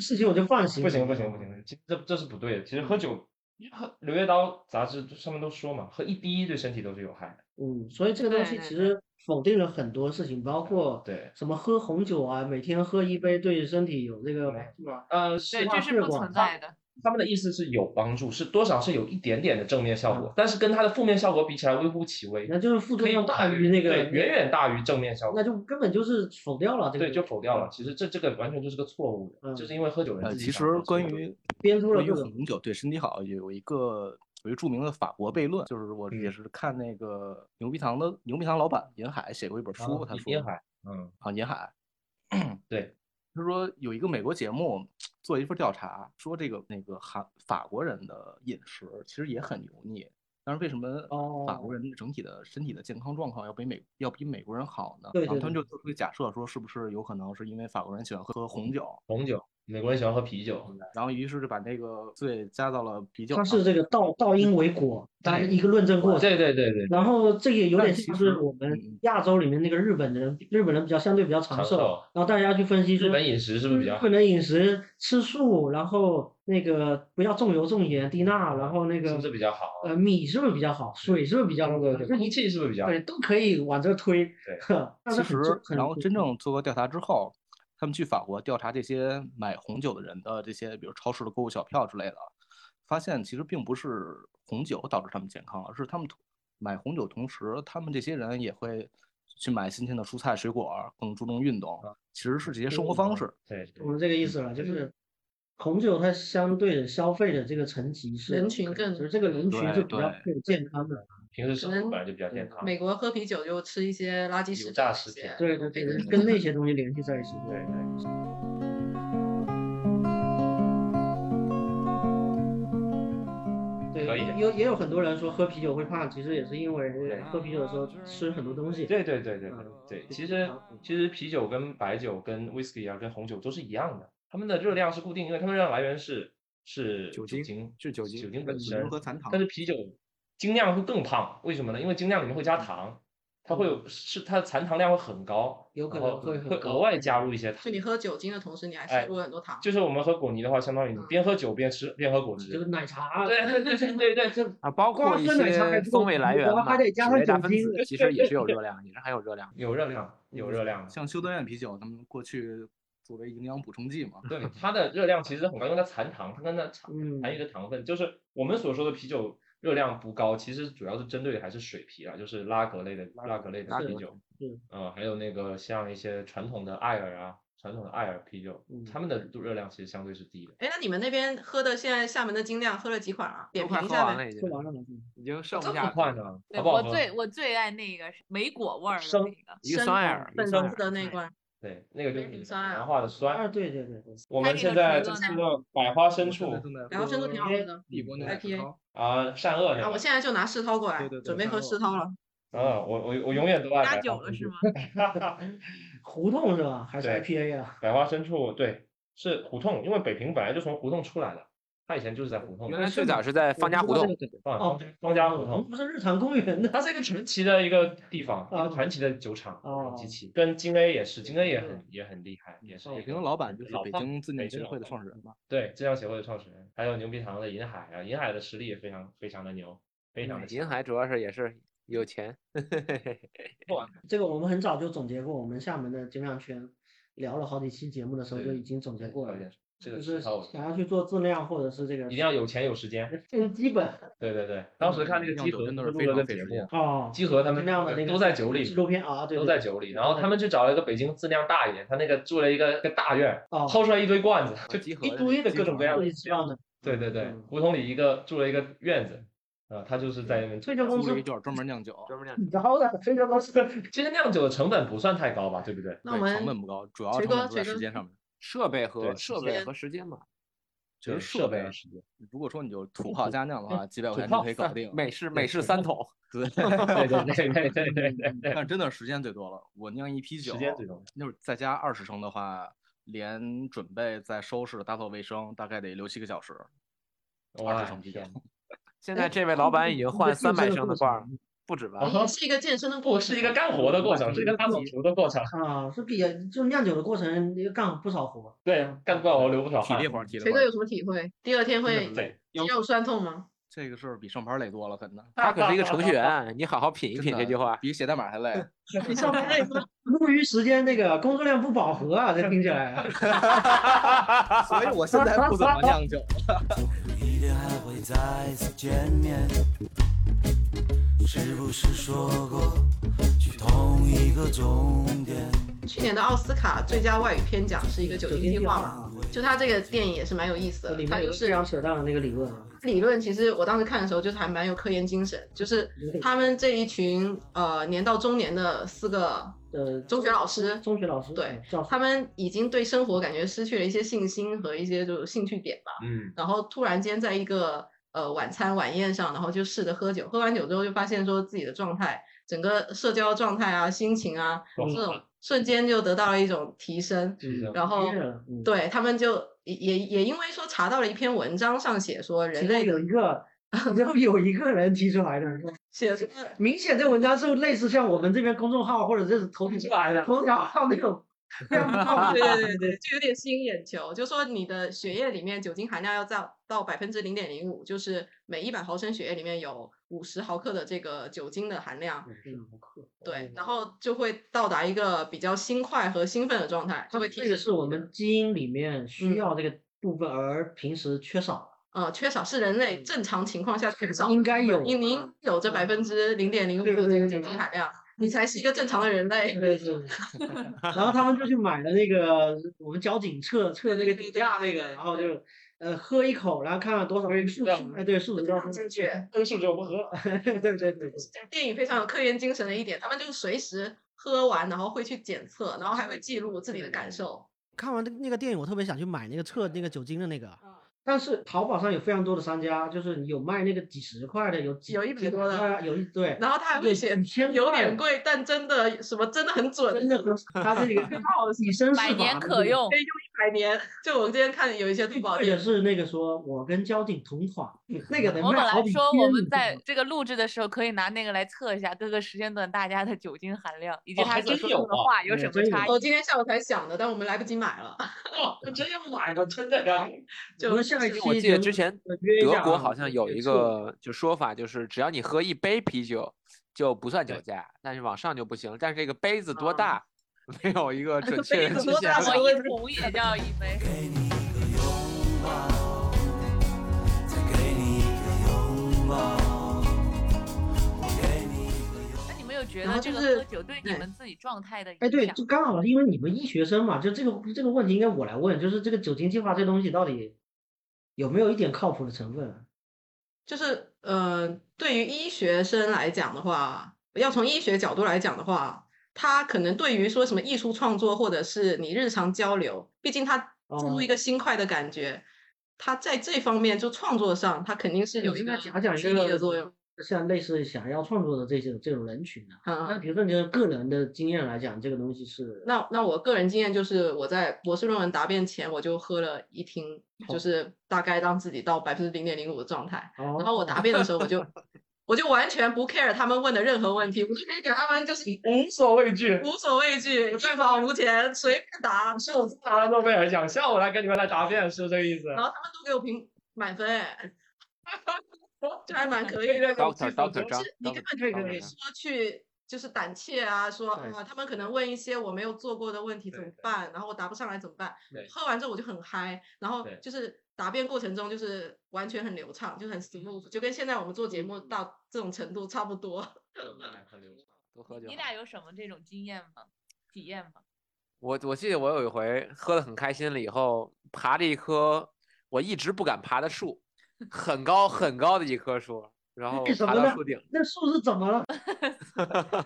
[SPEAKER 6] 事情我就放心
[SPEAKER 7] 不
[SPEAKER 6] 了。
[SPEAKER 7] 行不行不
[SPEAKER 6] 嗯
[SPEAKER 7] 行，其实这这是不对的。其实喝酒，喝《柳叶刀》杂志上面都说嘛，喝一滴对身体都是有害的。
[SPEAKER 6] 嗯，所以这个东
[SPEAKER 2] 对
[SPEAKER 6] 西
[SPEAKER 2] 对
[SPEAKER 6] 其
[SPEAKER 2] 对
[SPEAKER 6] 实否定了很多事情，包括
[SPEAKER 7] 对，
[SPEAKER 6] 什么喝红酒啊，每天喝一杯对身体有这个
[SPEAKER 7] 没
[SPEAKER 6] 好处啊。
[SPEAKER 7] 呃，
[SPEAKER 2] 对，
[SPEAKER 7] 是
[SPEAKER 2] 这是
[SPEAKER 6] 血
[SPEAKER 2] 不
[SPEAKER 6] 管
[SPEAKER 2] 存
[SPEAKER 6] 它
[SPEAKER 2] 在的。
[SPEAKER 7] 他们的意思是有帮助，是多少是有一点点的正面效果，但是跟它的负面效果比起来微乎其微，
[SPEAKER 6] 嗯那就是副作
[SPEAKER 7] 可以
[SPEAKER 6] 用大于那个，
[SPEAKER 7] 对，远远大于正面效果，
[SPEAKER 6] 那就根本就是否掉了这个
[SPEAKER 7] 对，就否掉了。其实这这个完全就是个错误的，
[SPEAKER 6] 嗯
[SPEAKER 7] 就是因为喝酒人
[SPEAKER 4] 呃，
[SPEAKER 7] 自己
[SPEAKER 4] 其
[SPEAKER 7] 想
[SPEAKER 4] 实
[SPEAKER 7] 喝所以
[SPEAKER 4] 关于
[SPEAKER 6] 编出了
[SPEAKER 4] 关于
[SPEAKER 6] 这个
[SPEAKER 4] 红酒对身体好有一个有一个著名的法国悖论，就是我也
[SPEAKER 7] 嗯
[SPEAKER 4] 是看那个牛皮糖的牛皮糖老板银海写过一本
[SPEAKER 7] 然
[SPEAKER 4] 书，
[SPEAKER 7] 后
[SPEAKER 4] 他
[SPEAKER 7] 李
[SPEAKER 4] 说
[SPEAKER 7] 斌海，嗯，
[SPEAKER 4] 啊 银海，
[SPEAKER 7] 对，
[SPEAKER 4] 他说有一个美国节目做一份调查，说这个那个韩法国人的饮食其实也很油腻，但是为什么法
[SPEAKER 6] 哦
[SPEAKER 4] 国人整体的身体的健康状况要比美要比美国人好呢？
[SPEAKER 6] 对
[SPEAKER 4] 然后
[SPEAKER 6] 对
[SPEAKER 4] 他们
[SPEAKER 6] 对
[SPEAKER 4] 就做出一个假设，说是不是有可能是因为法国人喜欢喝红酒，
[SPEAKER 7] 红酒，美国人喜欢喝啤酒，
[SPEAKER 4] 然后于是就把那个罪加到了啤酒
[SPEAKER 6] 它
[SPEAKER 4] 上。
[SPEAKER 6] 是这个倒倒因为果，它
[SPEAKER 7] 对
[SPEAKER 6] 一个论证过程。
[SPEAKER 7] 嗯对对对对，
[SPEAKER 6] 然后这也有
[SPEAKER 4] 但
[SPEAKER 6] 点
[SPEAKER 4] 其
[SPEAKER 6] 像
[SPEAKER 4] 实
[SPEAKER 6] 是我
[SPEAKER 4] 嗯
[SPEAKER 6] 们亚洲里面那个日本人，日本人比较相对比较长
[SPEAKER 7] 长
[SPEAKER 6] 寿
[SPEAKER 7] 寿。
[SPEAKER 6] 然后大家去分析
[SPEAKER 7] 日
[SPEAKER 6] 说，
[SPEAKER 7] 本饮食是不
[SPEAKER 6] 就是是
[SPEAKER 7] 比较
[SPEAKER 6] 日
[SPEAKER 7] 好？
[SPEAKER 6] 本人饮食吃素，然后那个不要重油重盐低钠，然后那
[SPEAKER 7] 是
[SPEAKER 6] 个
[SPEAKER 7] 不是比较好？
[SPEAKER 6] 呃米是不是比较好，水是不是比较那个，就
[SPEAKER 7] 空气是不是比较好？
[SPEAKER 6] 对都可以往这推。
[SPEAKER 7] 对
[SPEAKER 6] 呵， 但
[SPEAKER 4] 其
[SPEAKER 6] 是很重
[SPEAKER 4] 实，
[SPEAKER 6] 很
[SPEAKER 4] 然后
[SPEAKER 6] 重
[SPEAKER 4] 真正做过调查之后，他们去法国调查这些买红酒的人的这些，比如超市的购物小票之类的，发现其实并不是红酒导致他们健康，而是他们同买红酒同时，他们这些人也会去买新鲜的蔬菜水果，更注重运动，其实是这些生活方式。
[SPEAKER 7] 啊对，对
[SPEAKER 6] 我们这个意思了，就是红酒它相对的消费的这个层级是
[SPEAKER 3] 人群更
[SPEAKER 6] 就是这个人群是
[SPEAKER 4] 对
[SPEAKER 6] 比较
[SPEAKER 4] 对
[SPEAKER 6] 更健康的，
[SPEAKER 7] 平时生
[SPEAKER 3] 可能
[SPEAKER 7] 活本来就比较健康。
[SPEAKER 3] 美国喝啤酒就吃一些垃圾食
[SPEAKER 7] 油
[SPEAKER 3] 品
[SPEAKER 7] 啊炸
[SPEAKER 3] 那
[SPEAKER 7] 食
[SPEAKER 3] 些，
[SPEAKER 7] 品
[SPEAKER 6] 对对对，跟那些东西联系在一起。
[SPEAKER 7] 对对。
[SPEAKER 1] Send
[SPEAKER 7] 可以的。
[SPEAKER 6] 有也有很多人说喝啤酒会胖，其实也是因为喝啤酒的时候吃很多东西。
[SPEAKER 7] 对对对对对对，
[SPEAKER 6] 嗯
[SPEAKER 7] 其实其实啤酒跟白酒、跟 whisky 啊、跟红酒都是一样的，它们的热量是固定，因为它们热量来源是是
[SPEAKER 5] 酒
[SPEAKER 7] 精、
[SPEAKER 5] 精是酒
[SPEAKER 7] 酒
[SPEAKER 5] 精
[SPEAKER 7] 精
[SPEAKER 4] 跟
[SPEAKER 7] 本
[SPEAKER 4] 酒
[SPEAKER 7] 身
[SPEAKER 4] 精和残糖
[SPEAKER 7] 但。是啤酒精酿会更胖，为什么呢？因为精酿里面会加
[SPEAKER 6] 嗯
[SPEAKER 7] 糖，它会有是它的残糖量会很高，
[SPEAKER 6] 有可
[SPEAKER 7] 然
[SPEAKER 6] 能
[SPEAKER 7] 后
[SPEAKER 6] 会很
[SPEAKER 7] 会
[SPEAKER 6] 高
[SPEAKER 7] 额外加入一些糖
[SPEAKER 3] 所。以你喝酒精的同时，你还
[SPEAKER 7] 哎
[SPEAKER 3] 摄入了很多糖。
[SPEAKER 7] 就是我们喝果泥的话，相当于你边喝酒边吃边喝果
[SPEAKER 6] 这个
[SPEAKER 7] 汁。
[SPEAKER 6] 奶茶，
[SPEAKER 7] 对 对对对对对，这
[SPEAKER 5] 啊，包括
[SPEAKER 6] 光
[SPEAKER 5] 一
[SPEAKER 6] 喝奶茶还
[SPEAKER 5] 些
[SPEAKER 6] 不够
[SPEAKER 5] 风味来
[SPEAKER 6] 你
[SPEAKER 5] 源
[SPEAKER 6] 他妈
[SPEAKER 5] 嘛，
[SPEAKER 6] 还得加
[SPEAKER 5] 几
[SPEAKER 6] 上
[SPEAKER 5] 维达
[SPEAKER 6] 酒
[SPEAKER 5] 分
[SPEAKER 6] 精
[SPEAKER 5] 子其实也是有热量，也是含有热量。
[SPEAKER 7] 有热量，有热
[SPEAKER 6] 嗯
[SPEAKER 7] 量。
[SPEAKER 4] 像修道院啤酒，他们过去作为营养补充剂嘛，
[SPEAKER 7] 对，它的热量其实很高，因为它残糖，它跟那残
[SPEAKER 6] 嗯，
[SPEAKER 7] 含有的糖分，就是我们所说的啤酒热量不高，其实主要是针对的还是水啤啦，就是拉格类的拉格类的
[SPEAKER 5] 拉
[SPEAKER 7] 啤
[SPEAKER 5] 格
[SPEAKER 7] 酒
[SPEAKER 6] 是，
[SPEAKER 7] 呃，还有那个像一些传统的艾尔啊，传统的艾尔啤酒
[SPEAKER 6] 嗯，
[SPEAKER 7] 他们的热量其实相对是低的。
[SPEAKER 3] 哎，那你们那边喝的现在厦门的精酿喝了几款啊？
[SPEAKER 5] 都
[SPEAKER 3] 点
[SPEAKER 5] 快
[SPEAKER 3] 评一
[SPEAKER 5] 喝
[SPEAKER 3] 下
[SPEAKER 5] 完
[SPEAKER 3] 呗。
[SPEAKER 5] 了，已经
[SPEAKER 6] 喝完了吗？
[SPEAKER 5] 已经剩
[SPEAKER 7] 这
[SPEAKER 5] 不
[SPEAKER 7] 么
[SPEAKER 5] 下
[SPEAKER 7] 快
[SPEAKER 5] 了。
[SPEAKER 7] 呢？
[SPEAKER 2] 对
[SPEAKER 7] 好不好
[SPEAKER 2] 我
[SPEAKER 7] 喝？
[SPEAKER 2] 最我最爱那个是莓果味儿的
[SPEAKER 7] 生
[SPEAKER 2] 那个，
[SPEAKER 5] 一个
[SPEAKER 3] 深
[SPEAKER 5] 酸艾
[SPEAKER 3] 的
[SPEAKER 5] 尔，一
[SPEAKER 3] 粉
[SPEAKER 5] 个酸艾
[SPEAKER 3] 红色
[SPEAKER 5] 尔，
[SPEAKER 3] 的那一罐，
[SPEAKER 7] 对，那个就
[SPEAKER 3] 梅
[SPEAKER 7] 是
[SPEAKER 3] 子酸啊
[SPEAKER 7] 糖化的
[SPEAKER 6] 啊，
[SPEAKER 7] 酸。
[SPEAKER 6] 对对对对，
[SPEAKER 7] 我
[SPEAKER 2] 它
[SPEAKER 7] 们
[SPEAKER 2] 那
[SPEAKER 7] 现
[SPEAKER 2] 个
[SPEAKER 7] 在
[SPEAKER 2] 可
[SPEAKER 7] 这
[SPEAKER 2] 乐
[SPEAKER 7] 次
[SPEAKER 2] 呢
[SPEAKER 7] 的百花
[SPEAKER 4] 我
[SPEAKER 7] 深
[SPEAKER 4] 现在
[SPEAKER 7] 处
[SPEAKER 4] 正在
[SPEAKER 3] 然后
[SPEAKER 4] 喝
[SPEAKER 3] 深度挺好喝的。
[SPEAKER 4] 帝国牛奶
[SPEAKER 3] IPA
[SPEAKER 4] 世涛
[SPEAKER 7] 啊，善恶
[SPEAKER 3] 啊，我现在就拿世涛过来
[SPEAKER 4] 对对，对
[SPEAKER 3] 准备喝世涛了。
[SPEAKER 7] 啊，我我我永远都爱
[SPEAKER 2] 加
[SPEAKER 7] 百
[SPEAKER 2] 酒
[SPEAKER 7] 花
[SPEAKER 2] 了
[SPEAKER 7] 深
[SPEAKER 2] 是
[SPEAKER 7] 处
[SPEAKER 2] 吗？
[SPEAKER 6] 胡同是吧？还是
[SPEAKER 7] 对
[SPEAKER 6] IPA 啊？
[SPEAKER 7] 百花深处，对，是胡同，因为北平本来就从胡同出来的，他以前就是在胡同
[SPEAKER 5] 原
[SPEAKER 7] 的，
[SPEAKER 5] 来最早是在方家胡同，
[SPEAKER 7] 啊，
[SPEAKER 6] 哦
[SPEAKER 7] 方方家胡
[SPEAKER 6] 我们
[SPEAKER 7] 同，
[SPEAKER 6] 不是日常公园的。
[SPEAKER 7] 它是一个传奇的一个地方，一
[SPEAKER 6] 哦
[SPEAKER 7] 个传奇的酒厂，啊
[SPEAKER 6] 哦嗯
[SPEAKER 7] 机器跟金 A 也是，金 A 也很也很厉害，也是
[SPEAKER 4] 北
[SPEAKER 7] 一
[SPEAKER 4] 平
[SPEAKER 7] 个
[SPEAKER 4] 的老板就是
[SPEAKER 7] 老
[SPEAKER 4] 北
[SPEAKER 7] 炮
[SPEAKER 4] 京自酿
[SPEAKER 7] 北京
[SPEAKER 4] 协
[SPEAKER 7] 老嗯
[SPEAKER 4] 会的
[SPEAKER 7] 炮
[SPEAKER 4] 创始人嘛，
[SPEAKER 7] 对浙江协会的创始人，还有牛皮糖的银海啊，银海的实力也非常非常的牛，非
[SPEAKER 6] 嗯
[SPEAKER 7] 常的
[SPEAKER 5] 银海主要是也是有钱，
[SPEAKER 6] 这个我们很早就总结过，我们厦门的精酿圈聊了好几期节目的时候就
[SPEAKER 7] 对
[SPEAKER 6] 已经总结过了，
[SPEAKER 7] 这
[SPEAKER 6] 就
[SPEAKER 7] 个
[SPEAKER 6] 是
[SPEAKER 7] 时候
[SPEAKER 6] 想要去做自酿或者是这个
[SPEAKER 7] 一定要有钱有时间，
[SPEAKER 6] 这个 基本
[SPEAKER 7] 对对
[SPEAKER 6] 嗯
[SPEAKER 7] 对，当时看那个
[SPEAKER 4] 酿
[SPEAKER 7] 集
[SPEAKER 4] 酒
[SPEAKER 7] 合
[SPEAKER 4] 真的
[SPEAKER 7] 他
[SPEAKER 4] 是
[SPEAKER 7] 们
[SPEAKER 4] 非
[SPEAKER 7] 录了
[SPEAKER 4] 常
[SPEAKER 7] 个
[SPEAKER 4] 费
[SPEAKER 7] 节
[SPEAKER 4] 时
[SPEAKER 7] 目
[SPEAKER 4] 间，
[SPEAKER 6] 哦，
[SPEAKER 7] 集合他们
[SPEAKER 6] 精酿的那个
[SPEAKER 7] 都在酒里
[SPEAKER 6] 纪录片啊，对，
[SPEAKER 7] 都
[SPEAKER 6] 对
[SPEAKER 7] 在
[SPEAKER 6] 对
[SPEAKER 7] 酒里，然后他们去找了一个北京自酿大爷，他那个住了一个一个大院，
[SPEAKER 6] 哦
[SPEAKER 7] 掏出来一堆罐子，就
[SPEAKER 5] 集合
[SPEAKER 7] 一
[SPEAKER 5] 的
[SPEAKER 7] 堆的各种各样
[SPEAKER 6] 都
[SPEAKER 7] 的
[SPEAKER 6] 一。起样的，
[SPEAKER 7] 对对对
[SPEAKER 6] 嗯，
[SPEAKER 7] 胡同里一个住了一个院子，啊，他就是在那边。
[SPEAKER 6] 退休公
[SPEAKER 4] 租
[SPEAKER 6] 司
[SPEAKER 4] 了一卷专门酿酒，
[SPEAKER 5] 专门酿
[SPEAKER 6] 挺高的，退休公司
[SPEAKER 7] 其实酿酒的成本不算太高吧，对不 对？
[SPEAKER 3] 那我
[SPEAKER 4] 对哎成
[SPEAKER 3] 们
[SPEAKER 4] 本不高，主要
[SPEAKER 3] 锤
[SPEAKER 4] 成
[SPEAKER 3] 哥
[SPEAKER 4] 本都在
[SPEAKER 3] 锤哥嗯
[SPEAKER 4] 时间上面。
[SPEAKER 5] 设备
[SPEAKER 7] 对
[SPEAKER 5] 和
[SPEAKER 7] 时
[SPEAKER 5] 设备和时间嘛。
[SPEAKER 4] 其实
[SPEAKER 7] 对
[SPEAKER 4] 设
[SPEAKER 7] 备
[SPEAKER 4] 备
[SPEAKER 7] 啊时间。
[SPEAKER 4] 如果说 你就土炮家酿的话，几百块钱
[SPEAKER 7] 土炮
[SPEAKER 4] 就可以搞定。
[SPEAKER 5] 美式美式 三桶，
[SPEAKER 4] 对，
[SPEAKER 7] 对
[SPEAKER 4] 啊
[SPEAKER 7] 对对 对对对对对，
[SPEAKER 4] 但是真的时间最多了。我酿一批酒，
[SPEAKER 7] 时间最重要。
[SPEAKER 4] 就是再加二十升的话，连准备、再收拾、打扫卫生，大概得六七个小时。二
[SPEAKER 7] 哇
[SPEAKER 4] 十升啤酒
[SPEAKER 7] 天，
[SPEAKER 5] 现
[SPEAKER 6] 哎
[SPEAKER 5] 在这位老板已经换三百升的罐儿，不止吧
[SPEAKER 6] 哦
[SPEAKER 7] 啊？
[SPEAKER 3] 你是一个健身的过
[SPEAKER 7] 不
[SPEAKER 3] 程，
[SPEAKER 7] 是一个干活的过 程，是一个大扫除的过程。
[SPEAKER 6] 啊，是比就酿酒的过程干不 少活，
[SPEAKER 7] 对，干不好流不少
[SPEAKER 4] 体
[SPEAKER 7] 汗
[SPEAKER 4] 力。活儿，体力
[SPEAKER 3] 锤
[SPEAKER 4] 活
[SPEAKER 3] 哥有
[SPEAKER 4] 儿。
[SPEAKER 3] 什么体会？第二天会
[SPEAKER 7] 对，
[SPEAKER 3] 肌肉酸痛吗？
[SPEAKER 4] 这个事儿比上班累多了，很的。
[SPEAKER 5] 他可是一个程序员，你好好品一
[SPEAKER 4] 真
[SPEAKER 5] 品
[SPEAKER 4] 的
[SPEAKER 5] 这句话。
[SPEAKER 4] 比写代码还累。
[SPEAKER 6] 你上班累吗？摸鱼时间那个工作量不饱和啊，这听起来。
[SPEAKER 4] 所以我现在不怎么酿酒。
[SPEAKER 9] 一定还会再次见面。是不是说过去同一个终点？
[SPEAKER 3] 去年的奥斯卡最佳外语片奖是一个酒精计划嘛，就它这个电影也是蛮有意思的
[SPEAKER 6] 啊里，
[SPEAKER 3] 它
[SPEAKER 6] 面有
[SPEAKER 3] 就
[SPEAKER 6] 非
[SPEAKER 3] 是
[SPEAKER 6] 常扯淡的那个理论啊，
[SPEAKER 3] 理论，其实我当时看的时候就是还蛮有科研精神，就是他们这一群呃年到中年的四个，
[SPEAKER 6] 呃，
[SPEAKER 3] 中学老师
[SPEAKER 6] 中学老师
[SPEAKER 3] 对
[SPEAKER 6] 教授
[SPEAKER 3] 他们已经对生活感觉失去了一些信心和一些就是兴趣点吧，
[SPEAKER 7] 嗯，
[SPEAKER 3] 然后突然间在一个呃晚餐晚宴上，然后就试着喝酒，喝完酒之后就发现说自己的状态，整个社交状态啊、心情啊
[SPEAKER 7] 嗯
[SPEAKER 3] 这种瞬间就得到了一种提升，
[SPEAKER 7] 是的。
[SPEAKER 3] 然后
[SPEAKER 6] 确认了嗯
[SPEAKER 3] 对他们就也也也因为说查到了一篇文章上写说
[SPEAKER 6] 其
[SPEAKER 3] 人
[SPEAKER 6] 中
[SPEAKER 3] 类
[SPEAKER 6] 有 一个，其中有一个人提出来的，
[SPEAKER 3] 写说
[SPEAKER 6] 明显这文章是类似像我们这边公众号或者这是头
[SPEAKER 7] 出
[SPEAKER 3] 嗯
[SPEAKER 7] 来的
[SPEAKER 6] 头条号那种，非常不靠谱
[SPEAKER 3] 对对对 对，就有点吸引眼球，就说你的血液里面酒精含量要到到百分之零点零五，就是每一百毫升血液里面有五十毫克的这个酒精的含量，
[SPEAKER 6] 嗯
[SPEAKER 3] 对，然后就会到达一个比较心快和兴奋的状态，就会提
[SPEAKER 6] 这个
[SPEAKER 3] 示
[SPEAKER 6] 是我们基因里面
[SPEAKER 3] 嗯
[SPEAKER 6] 需要这个部分，而平时缺少
[SPEAKER 3] 呃缺少是人
[SPEAKER 6] 嗯
[SPEAKER 3] 类正常情况下缺少
[SPEAKER 6] 的，，应该有。
[SPEAKER 3] 因您有着百分之零点零五
[SPEAKER 6] 啊嗯对
[SPEAKER 3] 的
[SPEAKER 6] 对
[SPEAKER 3] 这个
[SPEAKER 6] 对
[SPEAKER 3] 酒精含量，你才是一个正常的人类。
[SPEAKER 6] 对对， 然后他们就去买了那个我们交警测测那个地价那个，然后就呃喝一口，然后看看多少数
[SPEAKER 7] 数量
[SPEAKER 6] 哎对数值
[SPEAKER 3] 量正确，
[SPEAKER 6] 跟数值不合， 对对对对，
[SPEAKER 3] 电影非常有科研精神的一点，他们就是随时喝完，然后会去检测，然后还会记录自己的感受。
[SPEAKER 2] 嗯
[SPEAKER 6] 看完那个电影，我特别想去买那个测那个酒精的那个，但是淘宝上有非常多的商家，就是有卖那个几十块的，有几
[SPEAKER 3] 有一百多的
[SPEAKER 6] 几百块啊有一对，
[SPEAKER 3] 然后他还会写
[SPEAKER 6] 几千块
[SPEAKER 3] 有点贵，但真的什么真的很准，
[SPEAKER 6] 真的很，他这里
[SPEAKER 3] 套
[SPEAKER 6] 以身试
[SPEAKER 2] 百年
[SPEAKER 6] 法的
[SPEAKER 2] 可
[SPEAKER 6] 这种
[SPEAKER 2] 用
[SPEAKER 3] 可，以用一百年。就我今天看有一些
[SPEAKER 6] 最
[SPEAKER 3] 珠宝
[SPEAKER 6] 贵
[SPEAKER 3] 店
[SPEAKER 6] 的，是那个说，我跟交警同款，那个能
[SPEAKER 2] 某种
[SPEAKER 6] 卖好
[SPEAKER 2] 来
[SPEAKER 6] 几
[SPEAKER 2] 说，
[SPEAKER 6] 千
[SPEAKER 2] 我
[SPEAKER 6] 一
[SPEAKER 2] 们
[SPEAKER 6] 个
[SPEAKER 2] 在这个录制的时候，可以拿那个来测一下各个时间段大家的酒精含量，以及
[SPEAKER 7] 哦
[SPEAKER 2] 他
[SPEAKER 7] 还
[SPEAKER 2] 所
[SPEAKER 7] 真
[SPEAKER 2] 说
[SPEAKER 7] 有
[SPEAKER 2] 出的
[SPEAKER 7] 啊
[SPEAKER 2] 话有
[SPEAKER 6] 哎
[SPEAKER 2] 什么
[SPEAKER 6] 真有
[SPEAKER 2] 差异。
[SPEAKER 3] 我今天下午才想的，但我们来不及买了。
[SPEAKER 7] 哦，那真要买了，真的呀！
[SPEAKER 3] 就
[SPEAKER 6] 我们下一
[SPEAKER 3] 是
[SPEAKER 6] 期
[SPEAKER 5] 我记得之
[SPEAKER 6] 就
[SPEAKER 5] 前
[SPEAKER 6] 约一
[SPEAKER 5] 德
[SPEAKER 6] 下
[SPEAKER 5] 国
[SPEAKER 6] 啊
[SPEAKER 5] 好像有一
[SPEAKER 6] 次
[SPEAKER 5] 个就说法，就是只要你喝一杯啤酒就不算酒驾，但是往上就不行。但是这个杯子多大，没有一 个准确
[SPEAKER 3] 嗯杯
[SPEAKER 5] 的
[SPEAKER 3] 子
[SPEAKER 5] 界
[SPEAKER 3] 多大
[SPEAKER 5] 限。啊
[SPEAKER 2] 我一桶也叫一杯。
[SPEAKER 9] 给你一个拥抱，再给你一个拥抱，我给你一个拥抱。
[SPEAKER 2] 那你们有觉
[SPEAKER 3] 然
[SPEAKER 2] 得
[SPEAKER 3] 后
[SPEAKER 2] 这
[SPEAKER 3] 就
[SPEAKER 2] 个
[SPEAKER 3] 是
[SPEAKER 2] 喝酒对你
[SPEAKER 3] 对
[SPEAKER 2] 们自己状态的影
[SPEAKER 6] 哎，对，
[SPEAKER 2] 响
[SPEAKER 6] 就刚好因为你们医学生嘛，就这个这个问题应该我来问，就是这个酒精计划这东西到底有没有一点靠谱的成分啊？
[SPEAKER 3] 就是呃，对于医学生来讲的话，要从医学角度来讲的话，他可能对于说什么艺术创作或者是你日常交流，毕竟他进入一个新快的感觉，他在这方面就创作上，他肯定是有一
[SPEAKER 6] 应该
[SPEAKER 3] 个
[SPEAKER 6] 讲讲一
[SPEAKER 3] 激励
[SPEAKER 6] 个
[SPEAKER 3] 的作用。，
[SPEAKER 6] 像类似想要创作的这些这种人群啊。那
[SPEAKER 3] 嗯，
[SPEAKER 6] 比如说你的个人的经验来讲，这个东西是
[SPEAKER 3] 那那我个人经验就是，我在博士论文答辩前，我就喝了一听，就是大概让自己到百分之零点零五的状态。
[SPEAKER 6] 哦，
[SPEAKER 3] 然后我答辩的时候，我就我就完全不 care 他们问的任何问题，我就可以给他们就是以
[SPEAKER 7] 无所畏惧，
[SPEAKER 3] 无所畏惧，一往无前，随便答，
[SPEAKER 7] 是我自拿了诺贝尔奖，下午来跟你们来答辩，是不是这个意 思？
[SPEAKER 3] 然后他们都给我评满分，哎，这还蛮可以的。
[SPEAKER 5] Doctor
[SPEAKER 3] 就
[SPEAKER 5] Doctor 张
[SPEAKER 3] 是你根本就
[SPEAKER 5] 张
[SPEAKER 3] 可以说去就是胆怯啊，说
[SPEAKER 7] 对
[SPEAKER 3] 啊，他们可能问一些我没有做过的问题
[SPEAKER 7] 对
[SPEAKER 3] 怎么
[SPEAKER 7] 对
[SPEAKER 3] 办，然后我答不上来怎么办
[SPEAKER 7] 对？
[SPEAKER 3] 喝完之后我就很嗨，然后
[SPEAKER 7] 对
[SPEAKER 3] 就是答辩过程中就是完全很流畅，
[SPEAKER 7] 嗯
[SPEAKER 3] 就很 smooth，就跟现在我们做节目到这种程度差不多。
[SPEAKER 5] 多喝酒
[SPEAKER 2] 你。俩有什么这种经验吗？体验吗？
[SPEAKER 5] 我我记得我有一回喝的很开心了，以后爬了一棵我一直不敢爬的树，很高很高的一棵树，然后
[SPEAKER 6] 为什
[SPEAKER 5] 爬
[SPEAKER 6] 么
[SPEAKER 5] 到
[SPEAKER 6] 呢
[SPEAKER 5] 树顶。
[SPEAKER 6] 那树是怎么了？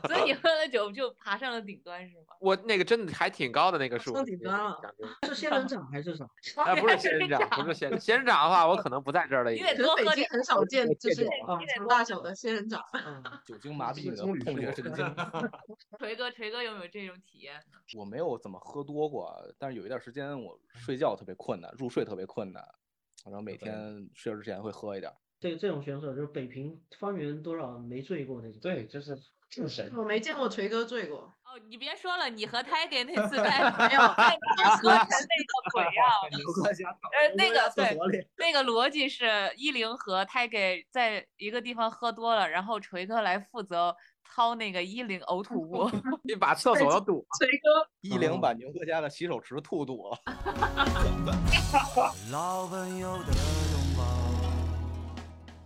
[SPEAKER 2] 所以你喝了酒就爬上了顶端是吗？
[SPEAKER 5] 我那个真的还挺高的那
[SPEAKER 6] 哦
[SPEAKER 5] 个树，
[SPEAKER 3] 上顶端了
[SPEAKER 5] 讲究
[SPEAKER 6] 是仙 人掌还是啥？
[SPEAKER 5] 哎， 不是仙人掌，不是 仙人仙人掌的话，我可能不在这儿了。已
[SPEAKER 2] 你
[SPEAKER 5] 经
[SPEAKER 2] 得
[SPEAKER 3] 可能
[SPEAKER 2] 多
[SPEAKER 3] 北
[SPEAKER 2] 喝
[SPEAKER 3] 京
[SPEAKER 2] 点
[SPEAKER 3] 很少见，就
[SPEAKER 5] 戒
[SPEAKER 3] 是
[SPEAKER 5] 酒
[SPEAKER 2] 啊
[SPEAKER 3] 长大小的仙人掌。
[SPEAKER 6] 嗯
[SPEAKER 4] 酒精麻
[SPEAKER 7] 是
[SPEAKER 4] 痹你的
[SPEAKER 7] 棕榈
[SPEAKER 4] 痛
[SPEAKER 7] 树
[SPEAKER 4] 觉 神经。
[SPEAKER 2] 锤哥，锤哥有没有这种体验？
[SPEAKER 4] 我没有怎么喝多过，但是有一段时间我睡觉特别困难，入睡特别困难，然后每天睡觉之前会喝一点儿。
[SPEAKER 6] 这这种选手就是北平方圆多少没醉过那种。哦
[SPEAKER 7] 对，就是敬神。
[SPEAKER 3] 我没见过锤哥醉过，
[SPEAKER 2] 哦，你别说了，你和 Tiger 那次 在
[SPEAKER 3] 没有
[SPEAKER 2] 在那河南那个鬼啊，呃，那个对，那个逻辑是依林和 Tiger 在一个地方喝多了，然后锤哥来负责掏那个依林呕吐 物。
[SPEAKER 5] 你把厕所都堵
[SPEAKER 3] 锤哥
[SPEAKER 4] 一零把牛哥家的洗手池吐堵了。
[SPEAKER 9] 老朋友的拥抱，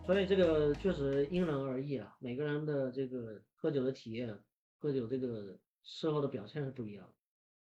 [SPEAKER 6] 所以这个确实因人而异啊，每个人的这个喝酒的体验、喝酒这个事后的表现是不一样的。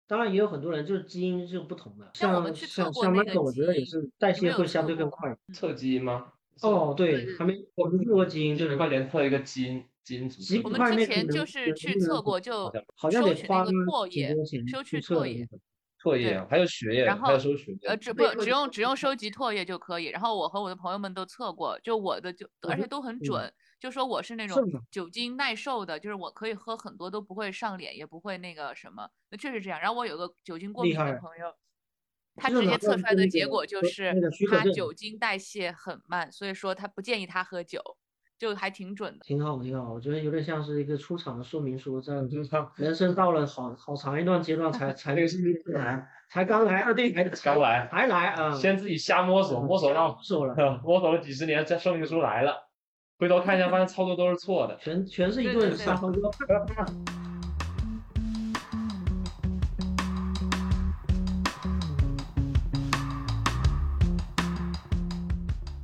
[SPEAKER 6] 当然，也有很多人就是基因是不同的，
[SPEAKER 2] 像我们
[SPEAKER 6] 像
[SPEAKER 2] 去测
[SPEAKER 6] 像
[SPEAKER 2] 过
[SPEAKER 6] 像
[SPEAKER 2] 那
[SPEAKER 6] Michael，
[SPEAKER 2] 个
[SPEAKER 6] 我觉得
[SPEAKER 2] 基
[SPEAKER 6] 也
[SPEAKER 2] 因
[SPEAKER 6] 是代
[SPEAKER 2] 你们
[SPEAKER 6] 谢
[SPEAKER 2] 有
[SPEAKER 6] 会相
[SPEAKER 2] 测
[SPEAKER 6] 对更
[SPEAKER 2] 过
[SPEAKER 6] 快。
[SPEAKER 7] 测基因吗？
[SPEAKER 6] 哦，
[SPEAKER 3] 对
[SPEAKER 6] 对，还没我们测过基因，
[SPEAKER 7] 你
[SPEAKER 6] 对
[SPEAKER 7] 快点测一个基因基因组
[SPEAKER 6] 几
[SPEAKER 2] 我
[SPEAKER 7] 成。
[SPEAKER 2] 们
[SPEAKER 6] 块
[SPEAKER 2] 之
[SPEAKER 6] 那个
[SPEAKER 2] 前
[SPEAKER 6] 能
[SPEAKER 2] 就是
[SPEAKER 6] 能
[SPEAKER 2] 去
[SPEAKER 6] 不能
[SPEAKER 2] 测
[SPEAKER 6] 不
[SPEAKER 2] 过，就
[SPEAKER 6] 好像
[SPEAKER 2] 收
[SPEAKER 6] 得
[SPEAKER 2] 取那
[SPEAKER 6] 花
[SPEAKER 2] 个唾
[SPEAKER 6] 几
[SPEAKER 2] 液
[SPEAKER 6] 多钱
[SPEAKER 2] 收
[SPEAKER 6] 去
[SPEAKER 2] 取
[SPEAKER 6] 测
[SPEAKER 2] 唾
[SPEAKER 6] 的那
[SPEAKER 2] 液
[SPEAKER 6] 种
[SPEAKER 7] 唾
[SPEAKER 2] 对
[SPEAKER 7] 液，还有血液，
[SPEAKER 2] 然
[SPEAKER 7] 还有
[SPEAKER 2] 后
[SPEAKER 7] 收血液。
[SPEAKER 6] 嗯
[SPEAKER 2] 呃，只不
[SPEAKER 3] 没有
[SPEAKER 2] 只
[SPEAKER 3] 就
[SPEAKER 2] 用只用收集唾液就可以。然后我和我的朋友们都测过，就我的就
[SPEAKER 6] 我
[SPEAKER 2] 而
[SPEAKER 6] 就
[SPEAKER 2] 且都很
[SPEAKER 6] 嗯
[SPEAKER 2] 准，就说我是那
[SPEAKER 6] 是
[SPEAKER 2] 种
[SPEAKER 6] 吗
[SPEAKER 2] 酒精耐受的，就是我可以喝很多都不会上脸，也不会那个什么。那确实这样。然后我有个酒精过
[SPEAKER 6] 厉
[SPEAKER 2] 敏
[SPEAKER 6] 害啊
[SPEAKER 2] 的朋友，他
[SPEAKER 6] 就是
[SPEAKER 2] 直接
[SPEAKER 6] 拿
[SPEAKER 2] 测
[SPEAKER 6] 到
[SPEAKER 2] 出来
[SPEAKER 6] 那
[SPEAKER 2] 的
[SPEAKER 6] 个
[SPEAKER 2] 结果就
[SPEAKER 6] 和
[SPEAKER 2] 是
[SPEAKER 6] 那个许可
[SPEAKER 2] 他
[SPEAKER 6] 证
[SPEAKER 2] 酒精代谢很慢，所以说他不建议他喝酒，就还挺准的。
[SPEAKER 6] 挺好，挺好，我觉得有点像是一个出厂的说明书，这
[SPEAKER 7] 嗯
[SPEAKER 6] 样就是说人生到了好好长一段阶段才才
[SPEAKER 7] 那个是
[SPEAKER 6] 来，才刚来二弟，还
[SPEAKER 7] 刚来，
[SPEAKER 6] 还来啊，
[SPEAKER 5] 嗯
[SPEAKER 7] 先自己瞎摸索，摸索到
[SPEAKER 6] 手了，
[SPEAKER 7] 摸索了几十年，这说明书来了，回头看一下，发现操作都是错的。
[SPEAKER 6] 全全是一
[SPEAKER 2] 对
[SPEAKER 6] 顿
[SPEAKER 2] 对对
[SPEAKER 6] 沙头哥。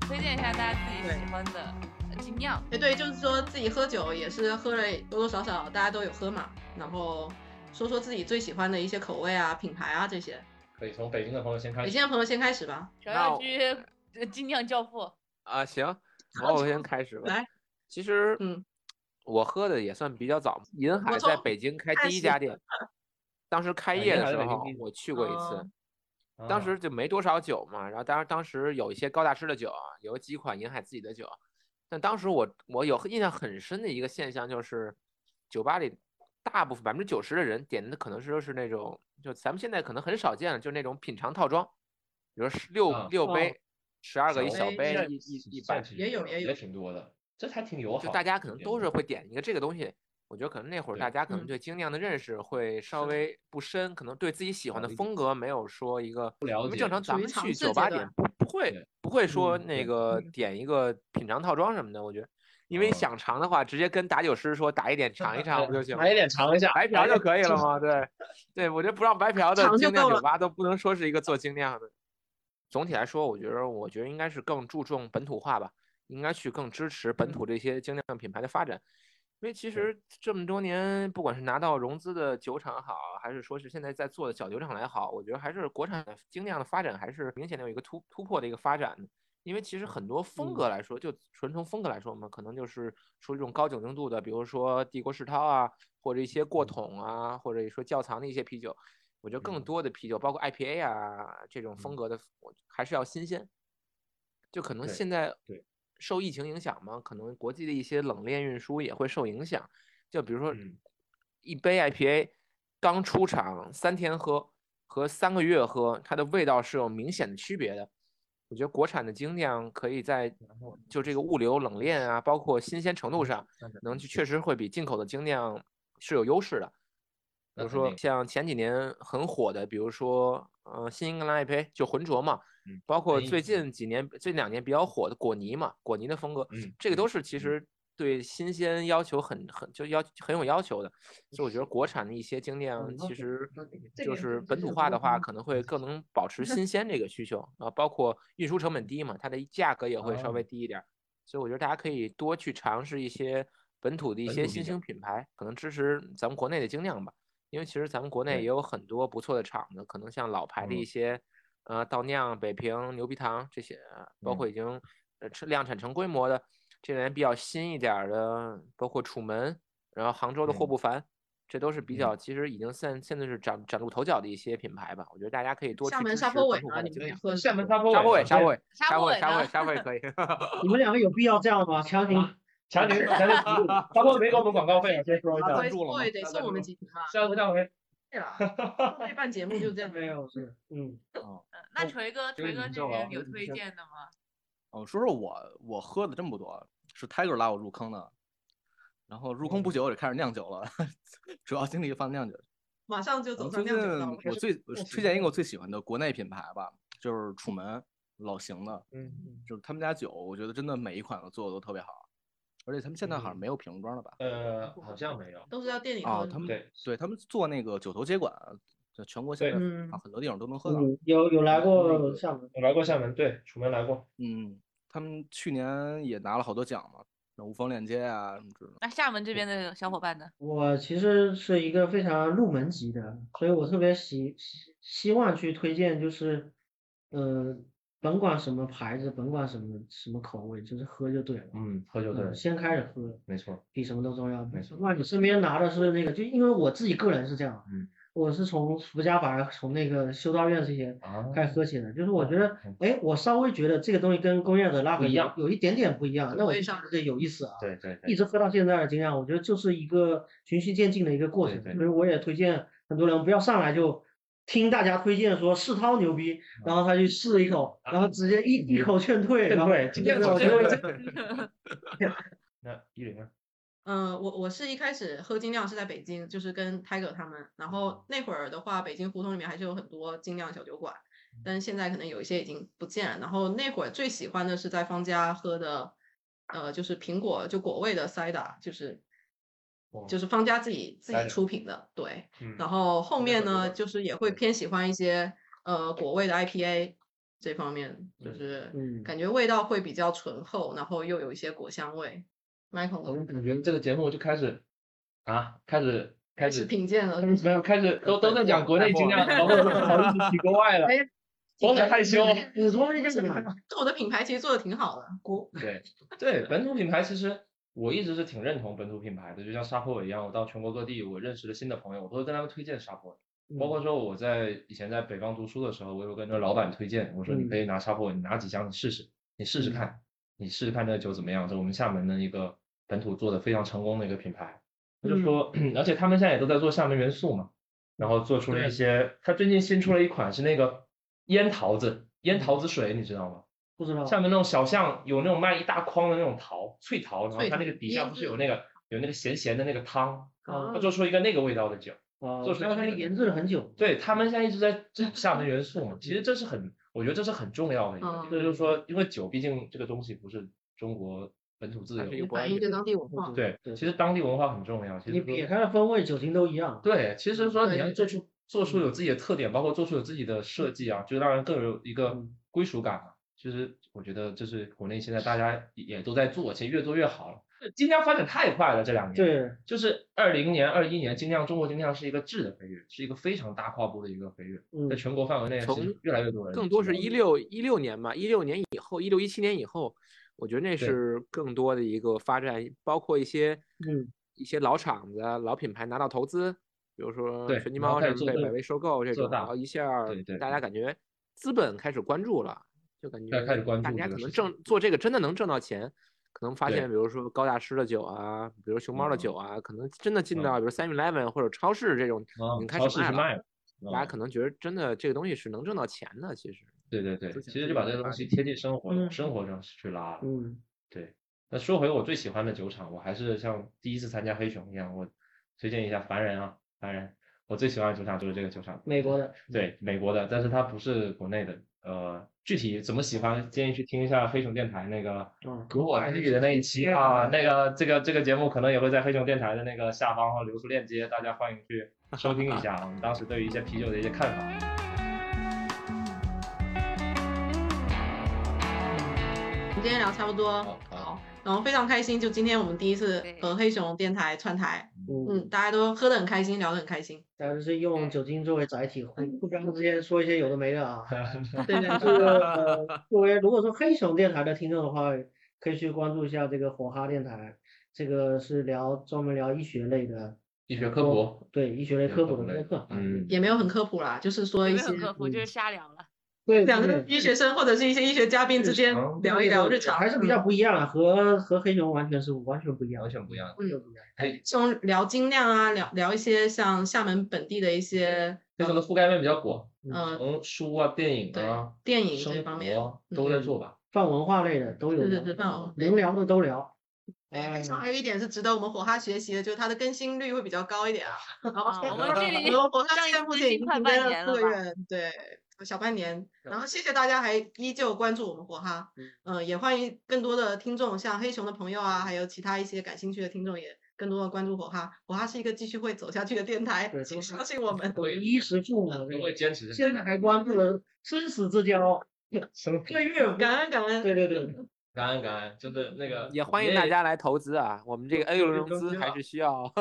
[SPEAKER 2] 推荐一下大家自己喜欢的呃精酿。
[SPEAKER 3] 哎，对，就是说自己喝酒也是喝了多多少少，大家都有喝嘛。然后说说自己最喜欢的一些口味啊、品牌啊这些。
[SPEAKER 7] 可以从北京的朋友先开
[SPEAKER 3] 北
[SPEAKER 7] 始。
[SPEAKER 3] 京的朋友先开始吧，
[SPEAKER 2] 小
[SPEAKER 5] 那
[SPEAKER 2] 耀
[SPEAKER 5] 我
[SPEAKER 2] 居这个 精酿教父，
[SPEAKER 5] 啊！行，那我先开始吧。
[SPEAKER 3] 来，
[SPEAKER 5] 其实，
[SPEAKER 3] 嗯，
[SPEAKER 5] 我喝的也算比较早。银海在
[SPEAKER 3] 错
[SPEAKER 5] 北京开
[SPEAKER 3] 开
[SPEAKER 5] 第一
[SPEAKER 3] 始
[SPEAKER 5] 家店，当时开
[SPEAKER 7] 啊
[SPEAKER 5] 业
[SPEAKER 7] 银
[SPEAKER 5] 的
[SPEAKER 7] 海
[SPEAKER 5] 时
[SPEAKER 7] 在北京
[SPEAKER 5] 候
[SPEAKER 7] 第一
[SPEAKER 5] 我去过一次
[SPEAKER 3] 哦，
[SPEAKER 7] 啊
[SPEAKER 5] 当时就没多少酒嘛，然后当然当时有一些高大师的酒，啊有几款银海自己的酒，但当时我我有印象很深的一个现象就是，酒吧里大部分百分之九十的人点的可能是就是那种，就咱们现在可能很少见了，就是那种品尝套装，比如十六
[SPEAKER 7] 啊
[SPEAKER 5] 六杯
[SPEAKER 6] 哦，
[SPEAKER 5] 十二个一
[SPEAKER 3] 小
[SPEAKER 5] 小
[SPEAKER 3] 杯
[SPEAKER 5] 杯
[SPEAKER 7] 现在，
[SPEAKER 5] 一一一百
[SPEAKER 7] 现在
[SPEAKER 3] 也有也有
[SPEAKER 7] 也挺多的，这还挺友好
[SPEAKER 5] 就
[SPEAKER 7] 的。
[SPEAKER 5] 大家可能
[SPEAKER 7] 也
[SPEAKER 5] 都是会点一个这个东西。我觉得可能那会儿
[SPEAKER 7] 对
[SPEAKER 5] 大家可能
[SPEAKER 3] 嗯
[SPEAKER 5] 对精酿的认识会稍微不深，可能对自己喜
[SPEAKER 7] 好
[SPEAKER 5] 欢的
[SPEAKER 7] 啊理解
[SPEAKER 5] 风格没有说一个
[SPEAKER 7] 不了
[SPEAKER 5] 因为
[SPEAKER 7] 解
[SPEAKER 5] 正常
[SPEAKER 3] 处
[SPEAKER 5] 咱
[SPEAKER 3] 于
[SPEAKER 5] 们
[SPEAKER 3] 尝
[SPEAKER 5] 去
[SPEAKER 3] 试
[SPEAKER 5] 酒
[SPEAKER 3] 阶
[SPEAKER 5] 吧
[SPEAKER 3] 段
[SPEAKER 5] 点不不会
[SPEAKER 7] 对
[SPEAKER 5] 不会说
[SPEAKER 7] 嗯对
[SPEAKER 5] 那个点一个品尝套装什么的，我觉得，因为
[SPEAKER 7] 嗯
[SPEAKER 5] 想尝的话，直接跟打酒师说打一点尝一尝不就行 了
[SPEAKER 7] 来一？点尝一下，
[SPEAKER 5] 白嫖就可以了嘛，对，对我觉得不让白嫖的
[SPEAKER 3] 尝就
[SPEAKER 5] 精酿
[SPEAKER 3] 够
[SPEAKER 5] 酒
[SPEAKER 3] 了
[SPEAKER 5] 吧都不能说是一个做精酿的。总体来说，我觉得我觉得应该是更注重本土化吧，应该去更支持本土这些精酿品牌的发展。因为其实这么多年，不管是拿到融资的酒厂好，还是说是现在在做的小酒厂来好，我觉得还是国产的精酿的发展还是明显的有一个突突破的一个发展的。因为其实很多风格来说，就纯从风格来说嘛，可能就是说这种高酒精度的，比如说帝国世涛啊，或者一些过桶啊，或者说窖藏的一些啤酒，我觉得更
[SPEAKER 7] 嗯
[SPEAKER 5] 多的啤酒，包括 IPA 啊这种风格的，我还是要新鲜。就可能
[SPEAKER 7] 对
[SPEAKER 5] 现在
[SPEAKER 7] 对
[SPEAKER 5] 受疫情影响嘛，可能国际的一些冷链运输也会受影响。就比如说
[SPEAKER 7] 嗯
[SPEAKER 5] 一杯 IPA 刚出厂三天喝和三个月喝，它的味道是有明显的区别的。我觉得国产的精酿可以在就这个物流冷链啊，包括新鲜程度上，能
[SPEAKER 7] 嗯
[SPEAKER 5] 去确实会比进口的精酿是有优势的。比
[SPEAKER 7] 那
[SPEAKER 5] 如
[SPEAKER 7] 肯
[SPEAKER 5] 说
[SPEAKER 7] 定
[SPEAKER 5] 像前几年很火的，比如说呃新英格兰 IPA 就浑浊嘛，
[SPEAKER 7] 嗯
[SPEAKER 5] 包括
[SPEAKER 7] 哎
[SPEAKER 5] 最近几年这两年比较火的果泥嘛，果泥的风格，
[SPEAKER 7] 嗯
[SPEAKER 5] 这个都
[SPEAKER 7] 嗯
[SPEAKER 5] 是其实对新鲜要求很很就要很有要求的，所以我觉得国产的一些精
[SPEAKER 7] 嗯
[SPEAKER 5] 酿其实就是本土化的话，可能会更能保持 新鲜这个需求啊，包括运输成本低嘛，它的价格也会稍
[SPEAKER 7] 哦
[SPEAKER 5] 微低一点儿，所以我觉得大家可以多去尝试一些本土的一
[SPEAKER 7] 本
[SPEAKER 5] 些
[SPEAKER 7] 土力
[SPEAKER 5] 新
[SPEAKER 7] 量
[SPEAKER 5] 兴品牌，可能支持咱们国内的精酿吧，因为其实咱们国内也
[SPEAKER 7] 对
[SPEAKER 5] 有很多不错的厂子，可能像老牌的一
[SPEAKER 7] 嗯
[SPEAKER 5] 些。呃，稻酿、北平、牛皮糖这些，啊包
[SPEAKER 7] 嗯
[SPEAKER 5] 括已经呃成量产成规模的，这两年比较新一点儿的，包括楚门，然后杭州的
[SPEAKER 7] 嗯
[SPEAKER 5] 霍不凡，这都是比
[SPEAKER 7] 嗯
[SPEAKER 5] 较其实已经现现在是崭崭露头角的一些品牌吧。我觉得大家可以多去
[SPEAKER 3] 厦门
[SPEAKER 5] 支
[SPEAKER 3] 沙
[SPEAKER 5] 持
[SPEAKER 3] 坡
[SPEAKER 5] 本
[SPEAKER 3] 尾
[SPEAKER 5] 土
[SPEAKER 3] 吗？
[SPEAKER 5] 化的
[SPEAKER 3] 你
[SPEAKER 5] 精
[SPEAKER 3] 们
[SPEAKER 5] 酿。
[SPEAKER 3] 喝
[SPEAKER 7] 厦
[SPEAKER 3] 什
[SPEAKER 7] 门
[SPEAKER 3] 么
[SPEAKER 7] 沙坡
[SPEAKER 5] 沙坡尾，沙坡尾，
[SPEAKER 2] 沙
[SPEAKER 5] 沙
[SPEAKER 2] 坡
[SPEAKER 5] 坡尾，
[SPEAKER 2] 尾
[SPEAKER 5] 沙坡
[SPEAKER 2] 呢
[SPEAKER 5] 尾，沙坡尾可以。
[SPEAKER 6] 你们两个有必要这样吗？强行
[SPEAKER 7] 强 行强行植入，他们没给我们广告费，我先说一
[SPEAKER 4] 啊
[SPEAKER 7] 下
[SPEAKER 4] 对。住了吗
[SPEAKER 3] 对，得送我们几瓶嘛。
[SPEAKER 7] 下回下回，
[SPEAKER 3] 对了，对办节目就 这样。
[SPEAKER 6] 没有是嗯，
[SPEAKER 2] 嗯那锤哥，
[SPEAKER 7] 这个
[SPEAKER 2] 锤哥
[SPEAKER 7] 你知
[SPEAKER 2] 这
[SPEAKER 7] 道吧
[SPEAKER 2] 边有
[SPEAKER 7] 你
[SPEAKER 2] 推
[SPEAKER 7] 先
[SPEAKER 2] 荐的吗？
[SPEAKER 4] 哦，说说我我喝的真不多，是 Tiger 拉我入坑的，然后入坑不久我就开始酿酒了， 主要精力就放酿酒。
[SPEAKER 3] 马上就
[SPEAKER 4] 然后
[SPEAKER 3] 走
[SPEAKER 5] 哦
[SPEAKER 4] 最
[SPEAKER 3] 上
[SPEAKER 4] 近
[SPEAKER 3] 酿酒道。
[SPEAKER 4] 我最我
[SPEAKER 7] 更喜
[SPEAKER 4] 推荐一
[SPEAKER 7] 欢
[SPEAKER 4] 个我最喜欢的国内品牌吧，就是楚门老邢的，
[SPEAKER 7] 嗯，
[SPEAKER 4] 就是他们家酒，我觉得真的每一款都做的都特别好，而且他们现在好像
[SPEAKER 7] 嗯
[SPEAKER 4] 没有瓶装了吧？
[SPEAKER 7] 呃，好像没有。
[SPEAKER 3] 都是要店里
[SPEAKER 4] 啊
[SPEAKER 3] 喝，的
[SPEAKER 4] 他们
[SPEAKER 7] 对，
[SPEAKER 4] 对他们做那个九头接管，在全国现在
[SPEAKER 7] 对
[SPEAKER 3] 嗯
[SPEAKER 4] 啊很多地方都能喝到。
[SPEAKER 6] 嗯有有来
[SPEAKER 4] 那
[SPEAKER 6] 过
[SPEAKER 4] 个
[SPEAKER 6] 厦门，
[SPEAKER 7] 我来过厦门，对，楚门来过。
[SPEAKER 4] 嗯，他们去年也拿了好多奖嘛，那无缝链接啊什么之类的。
[SPEAKER 2] 那厦门这边的小伙伴呢？
[SPEAKER 6] 我其实是一个非常入门级的，所以我特别希希希望去推荐，就是，呃，甭管什么牌子，甭管什么什么口味，就是喝就对了，
[SPEAKER 7] 嗯，喝酒的
[SPEAKER 6] 嗯，
[SPEAKER 7] 人，
[SPEAKER 6] 先开始喝，
[SPEAKER 7] 没错。
[SPEAKER 6] 比什么都重要。
[SPEAKER 7] 没错
[SPEAKER 6] 那你身边拿的是那个，就因为我自己个人是这样，啊
[SPEAKER 7] 嗯，
[SPEAKER 6] 我是从福家白、从那个修道院这些
[SPEAKER 7] 啊，
[SPEAKER 6] 开始喝起的，就是我觉得
[SPEAKER 7] 嗯，
[SPEAKER 6] 哎，我稍微觉得这个东西跟工业的那
[SPEAKER 7] 不
[SPEAKER 6] 个
[SPEAKER 7] 一
[SPEAKER 6] 有
[SPEAKER 7] 样
[SPEAKER 6] 有一点点不一样，那我
[SPEAKER 3] 对
[SPEAKER 6] 就觉得这有意思啊。
[SPEAKER 7] 对对
[SPEAKER 6] 一
[SPEAKER 7] 对，
[SPEAKER 6] 直喝到现在的经验，我觉得就是一个循序渐进的一个过
[SPEAKER 7] 对
[SPEAKER 6] 程。
[SPEAKER 7] 对
[SPEAKER 6] 所以我也推荐很多人不要上来就听大家推荐说世涛牛
[SPEAKER 7] 嗯
[SPEAKER 6] 逼，然后他去试一口，
[SPEAKER 7] 啊
[SPEAKER 6] 然后直接一一口劝退，然后
[SPEAKER 7] 对，今天
[SPEAKER 6] 对
[SPEAKER 7] 走
[SPEAKER 6] 我
[SPEAKER 7] 进
[SPEAKER 6] 觉得
[SPEAKER 7] 来
[SPEAKER 6] 这
[SPEAKER 7] 那依林呢？
[SPEAKER 3] 嗯，我我是一开始喝精酿是在北京，就是跟 Tiger 他们，然后那会儿的话，北京胡同里面还是有很多精酿小酒馆，但是现在可能有一些已经不见了。然后那会儿最喜欢的是在方家喝的，呃，就是苹果就果味的 cider，就是
[SPEAKER 7] 哦
[SPEAKER 3] 就是方家自己自己
[SPEAKER 7] cider
[SPEAKER 3] 出品的，对。
[SPEAKER 7] 嗯
[SPEAKER 3] 然后后
[SPEAKER 7] 那
[SPEAKER 3] 面
[SPEAKER 7] 会儿觉
[SPEAKER 3] 呢，
[SPEAKER 7] 得
[SPEAKER 3] 就是也会
[SPEAKER 7] 对
[SPEAKER 3] 偏喜欢一些呃果味的 IPA 这方面，就是
[SPEAKER 6] 嗯
[SPEAKER 3] 感觉味道会比较醇厚，然后又有一些果香味。Michael 呢
[SPEAKER 7] 我们感觉这个节目就开始啊，开始开
[SPEAKER 3] 是
[SPEAKER 7] 始
[SPEAKER 3] 品鉴了，
[SPEAKER 7] 没有开始都都在讲国内
[SPEAKER 5] 带货
[SPEAKER 7] 精酿，然后跑一 直提国外了，我很害羞。
[SPEAKER 6] 你说这个 什么？
[SPEAKER 3] 这我的品牌其实做的挺好的，
[SPEAKER 6] 国
[SPEAKER 7] 对对，本土品牌其实我一直是挺认同本土品牌的，就像沙坡尾一样，我到全国各地，我认识的新的朋友，我都会跟他们推荐沙坡尾。
[SPEAKER 3] 嗯
[SPEAKER 6] 嗯
[SPEAKER 7] 包括说我在以前在北方读书的时候，我有跟着老板推荐，我说你可
[SPEAKER 3] 嗯
[SPEAKER 7] 以拿沙坡尾，你拿几箱你试试，你试试看，你试试看这个酒怎么样，是我们厦门的一个本土做的非常成功的一个品牌。他
[SPEAKER 3] 嗯
[SPEAKER 7] 就说， 而且他们现在也都在做厦门元素嘛，然后做出了一些，他最近新出
[SPEAKER 3] 嗯
[SPEAKER 7] 了一款是那个腌桃子，腌桃子水，你知道吗？
[SPEAKER 6] 不
[SPEAKER 3] 哦
[SPEAKER 6] 知道
[SPEAKER 7] 厦门那种小巷有那种卖一大筐的那种桃，脆桃，然后
[SPEAKER 3] 脆
[SPEAKER 7] 它那
[SPEAKER 3] 桃
[SPEAKER 7] 个底下不是有那个有那个咸咸的那个汤，
[SPEAKER 6] 啊
[SPEAKER 3] 哦
[SPEAKER 7] 他做出一个那个味道的酒。
[SPEAKER 6] 啊，
[SPEAKER 7] 做出来
[SPEAKER 6] 那它研制了很久，
[SPEAKER 7] 对他们现在一直 在这厦门元素嘛，其实这是很，我觉得这是很重要的一个，
[SPEAKER 3] 嗯
[SPEAKER 7] 这就是说，因为酒毕竟这个东西不是中国本土自
[SPEAKER 5] 它
[SPEAKER 7] 有
[SPEAKER 5] 是一个
[SPEAKER 7] 的，
[SPEAKER 5] 国外
[SPEAKER 3] 反映一个当地文化。
[SPEAKER 7] 对，
[SPEAKER 6] 对
[SPEAKER 7] 其实当地文化很重要。其
[SPEAKER 6] 你
[SPEAKER 7] 实说
[SPEAKER 6] 撇开了风味，酒精都一样。
[SPEAKER 7] 对，其实说你要
[SPEAKER 3] 对
[SPEAKER 7] 做出做出有自己的特点，包括做出有自己的设计啊，就让人更有一个
[SPEAKER 6] 嗯
[SPEAKER 7] 归属感嘛。其实我觉得这是国内现在大家也都在做，且越做越好了。精酿发展太快了，这两年。
[SPEAKER 6] 对，
[SPEAKER 7] 就是二零年、二一年，精酿中国精酿是一个质的飞跃，是一个非常大跨步的一个飞跃，
[SPEAKER 6] 嗯
[SPEAKER 7] 在全国范围内
[SPEAKER 5] 从
[SPEAKER 7] 是越来越多人知道的，
[SPEAKER 5] 更多是一六一六年嘛，一六年以后，一六一七年以后，我觉得那
[SPEAKER 7] 对
[SPEAKER 5] 是更多的一个发展，包括一些
[SPEAKER 6] 嗯
[SPEAKER 5] 一些老厂子、老品牌拿到投资，比如说
[SPEAKER 7] 对
[SPEAKER 5] 水泥
[SPEAKER 7] 然后
[SPEAKER 5] 猫
[SPEAKER 7] 开
[SPEAKER 5] 什
[SPEAKER 7] 始做
[SPEAKER 5] 么被
[SPEAKER 7] 大
[SPEAKER 5] 百威收购这
[SPEAKER 7] 做
[SPEAKER 5] 种，然
[SPEAKER 7] 大
[SPEAKER 5] 后一下儿
[SPEAKER 7] 对对
[SPEAKER 5] 大家感觉资本开始关注了，就感
[SPEAKER 7] 大
[SPEAKER 5] 觉
[SPEAKER 7] 家开始关
[SPEAKER 5] 大
[SPEAKER 7] 注
[SPEAKER 5] 家
[SPEAKER 7] 这
[SPEAKER 5] 可
[SPEAKER 7] 个
[SPEAKER 5] 能
[SPEAKER 7] 事情
[SPEAKER 5] 挣做这个真的能挣到钱。可能发
[SPEAKER 7] 对
[SPEAKER 5] 现，比如说高大师的酒啊，比如熊猫的
[SPEAKER 7] 嗯
[SPEAKER 5] 酒啊，可能真的进
[SPEAKER 7] 嗯
[SPEAKER 5] 到比如 Seven Eleven 或者超市这种，
[SPEAKER 7] 啊
[SPEAKER 5] 已，经开
[SPEAKER 7] 超
[SPEAKER 5] 始
[SPEAKER 7] 市是
[SPEAKER 5] 了。
[SPEAKER 7] 卖了，
[SPEAKER 5] 大家
[SPEAKER 7] 嗯
[SPEAKER 5] 可能觉得真的这个东西是能挣到钱的，其实。
[SPEAKER 7] 对对对，
[SPEAKER 5] 之
[SPEAKER 7] 其
[SPEAKER 5] 前
[SPEAKER 7] 实
[SPEAKER 5] 是
[SPEAKER 7] 就把
[SPEAKER 5] 用
[SPEAKER 7] 这
[SPEAKER 5] 来
[SPEAKER 7] 个东
[SPEAKER 5] 发
[SPEAKER 7] 西
[SPEAKER 5] 力
[SPEAKER 7] 贴近生活，
[SPEAKER 6] 嗯
[SPEAKER 7] 生活上去拉了。
[SPEAKER 6] 嗯，
[SPEAKER 7] 对，那说回我最喜欢的酒厂，我还是像第一次参加黑熊一样，我推荐一下凡人啊，凡人，我最喜欢的酒厂就是这个酒厂，
[SPEAKER 6] 美国的，
[SPEAKER 7] 对，美国的，但是它不是国内的。呃，具体怎么喜欢，建议去听一下黑熊电台那个
[SPEAKER 6] 嗯，
[SPEAKER 7] 如果日语的那一期啊，那个这个这个节目可能也会在黑熊电台的那个下方留出链接，大家欢迎去收听一下我们当时对于一些啤酒的一些看法。
[SPEAKER 3] 我们今天聊差不多，
[SPEAKER 7] 好好，
[SPEAKER 3] 然后非常开心，就今天我们第一次
[SPEAKER 2] 对
[SPEAKER 3] 和黑熊电台串台，
[SPEAKER 6] 嗯，
[SPEAKER 3] 嗯，大家都喝得很开心，聊得很开心。
[SPEAKER 6] 大家就是用酒精作为载体，互
[SPEAKER 3] 嗯
[SPEAKER 6] 互相之间说一些有的没 的啊。
[SPEAKER 3] 对对
[SPEAKER 6] 这个呃作为如果说黑熊电台的听众的话，可以去关注一下这个火哈电台，这个是聊专门聊医学类的，
[SPEAKER 7] 医学科普，
[SPEAKER 6] 对医学类
[SPEAKER 7] 学
[SPEAKER 6] 科
[SPEAKER 7] 科
[SPEAKER 6] 普
[SPEAKER 7] 普
[SPEAKER 6] 的
[SPEAKER 7] 类
[SPEAKER 6] 播客。
[SPEAKER 7] 嗯，
[SPEAKER 3] 也没有很科普啦，就是说
[SPEAKER 2] 有
[SPEAKER 3] 一
[SPEAKER 2] 没有
[SPEAKER 3] 些
[SPEAKER 2] 很客服就是
[SPEAKER 6] 嗯
[SPEAKER 2] 瞎聊了。
[SPEAKER 6] 对，
[SPEAKER 3] 两个
[SPEAKER 6] 对
[SPEAKER 3] 医学生或者是一些医学嘉宾之间
[SPEAKER 7] 日常
[SPEAKER 3] 聊一聊日常，嗯
[SPEAKER 6] 还是比较不一样，啊，和和黑熊完全是完全不一样，
[SPEAKER 7] 完全不一样。
[SPEAKER 6] 完全不一样。
[SPEAKER 3] 从聊精酿啊，聊聊一些像厦门本地的一些
[SPEAKER 7] 黑熊的覆盖面比较广，
[SPEAKER 3] 呃
[SPEAKER 7] 从书啊、电影
[SPEAKER 3] 对
[SPEAKER 7] 啊、
[SPEAKER 3] 电影
[SPEAKER 7] 生
[SPEAKER 3] 这方面，
[SPEAKER 7] 活啊都在做吧。
[SPEAKER 6] 泛文化类的都有
[SPEAKER 3] 是
[SPEAKER 6] 聊
[SPEAKER 3] 是是，放我
[SPEAKER 6] 能聊的都聊。哎
[SPEAKER 3] 对，上还有一点是值得我们火哈学习的，就是它的更新率会比较高一点啊。然后
[SPEAKER 2] 啊，我们这里
[SPEAKER 3] 我们火哈
[SPEAKER 2] 上
[SPEAKER 3] 现在
[SPEAKER 2] 一
[SPEAKER 3] 目
[SPEAKER 2] 更
[SPEAKER 3] 前
[SPEAKER 2] 新
[SPEAKER 3] 已经
[SPEAKER 2] 快
[SPEAKER 3] 停
[SPEAKER 2] 半
[SPEAKER 3] 更
[SPEAKER 2] 年
[SPEAKER 3] 了
[SPEAKER 2] 了
[SPEAKER 3] 四
[SPEAKER 2] 吧
[SPEAKER 3] 个？月，对，呃小半年。然后谢谢大家还依旧关注我们火哈，嗯，也欢迎更多的听众，像黑熊的朋友啊，还有其他一些感兴趣的听众也更多的关注火哈。火哈是一个继续会走下去的电台
[SPEAKER 6] 对，
[SPEAKER 3] 请
[SPEAKER 6] 都是
[SPEAKER 3] 相信我 们。
[SPEAKER 6] 我衣食父母，
[SPEAKER 7] 都会坚持。
[SPEAKER 6] 现在还关注了生死之交。
[SPEAKER 7] 生
[SPEAKER 3] 对，岳母感恩感恩。
[SPEAKER 6] 对对对，
[SPEAKER 7] 感恩感恩，就是那个
[SPEAKER 5] 也欢迎
[SPEAKER 7] 爷
[SPEAKER 5] 大
[SPEAKER 7] 爷
[SPEAKER 5] 家来投资啊！我们这个 A 轮融
[SPEAKER 7] 中
[SPEAKER 5] 资
[SPEAKER 7] 间
[SPEAKER 5] 还
[SPEAKER 7] 了
[SPEAKER 5] 是需要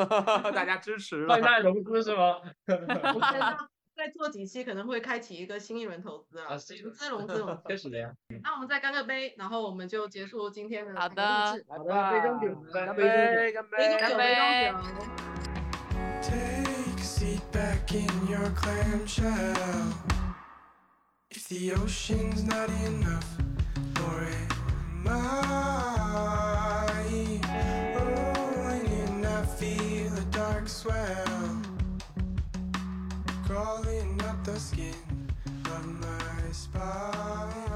[SPEAKER 5] 大家支 持
[SPEAKER 7] 欢迎大
[SPEAKER 5] 了。
[SPEAKER 7] 家融资是吗？
[SPEAKER 3] 我 觉得再做几期可能会开启一个新一轮投资啊，
[SPEAKER 7] 啊新一
[SPEAKER 3] 融
[SPEAKER 7] 轮
[SPEAKER 3] 资融资 融资。
[SPEAKER 7] 开始了呀，
[SPEAKER 3] 那我们再干个杯，然后我们就结束今天的
[SPEAKER 2] 好
[SPEAKER 3] 采
[SPEAKER 2] 的
[SPEAKER 3] 访录制。
[SPEAKER 6] 好的，杯中酒，
[SPEAKER 5] 干
[SPEAKER 6] 杯中酒。
[SPEAKER 5] 杯！干
[SPEAKER 3] 杯中
[SPEAKER 5] 杯！
[SPEAKER 3] 酒，杯中酒。
[SPEAKER 9] Take a seat back in your clamshell. If the ocean's not enough, or am I? Oh, I did I feel a dark swell crawling up the skin of my spine.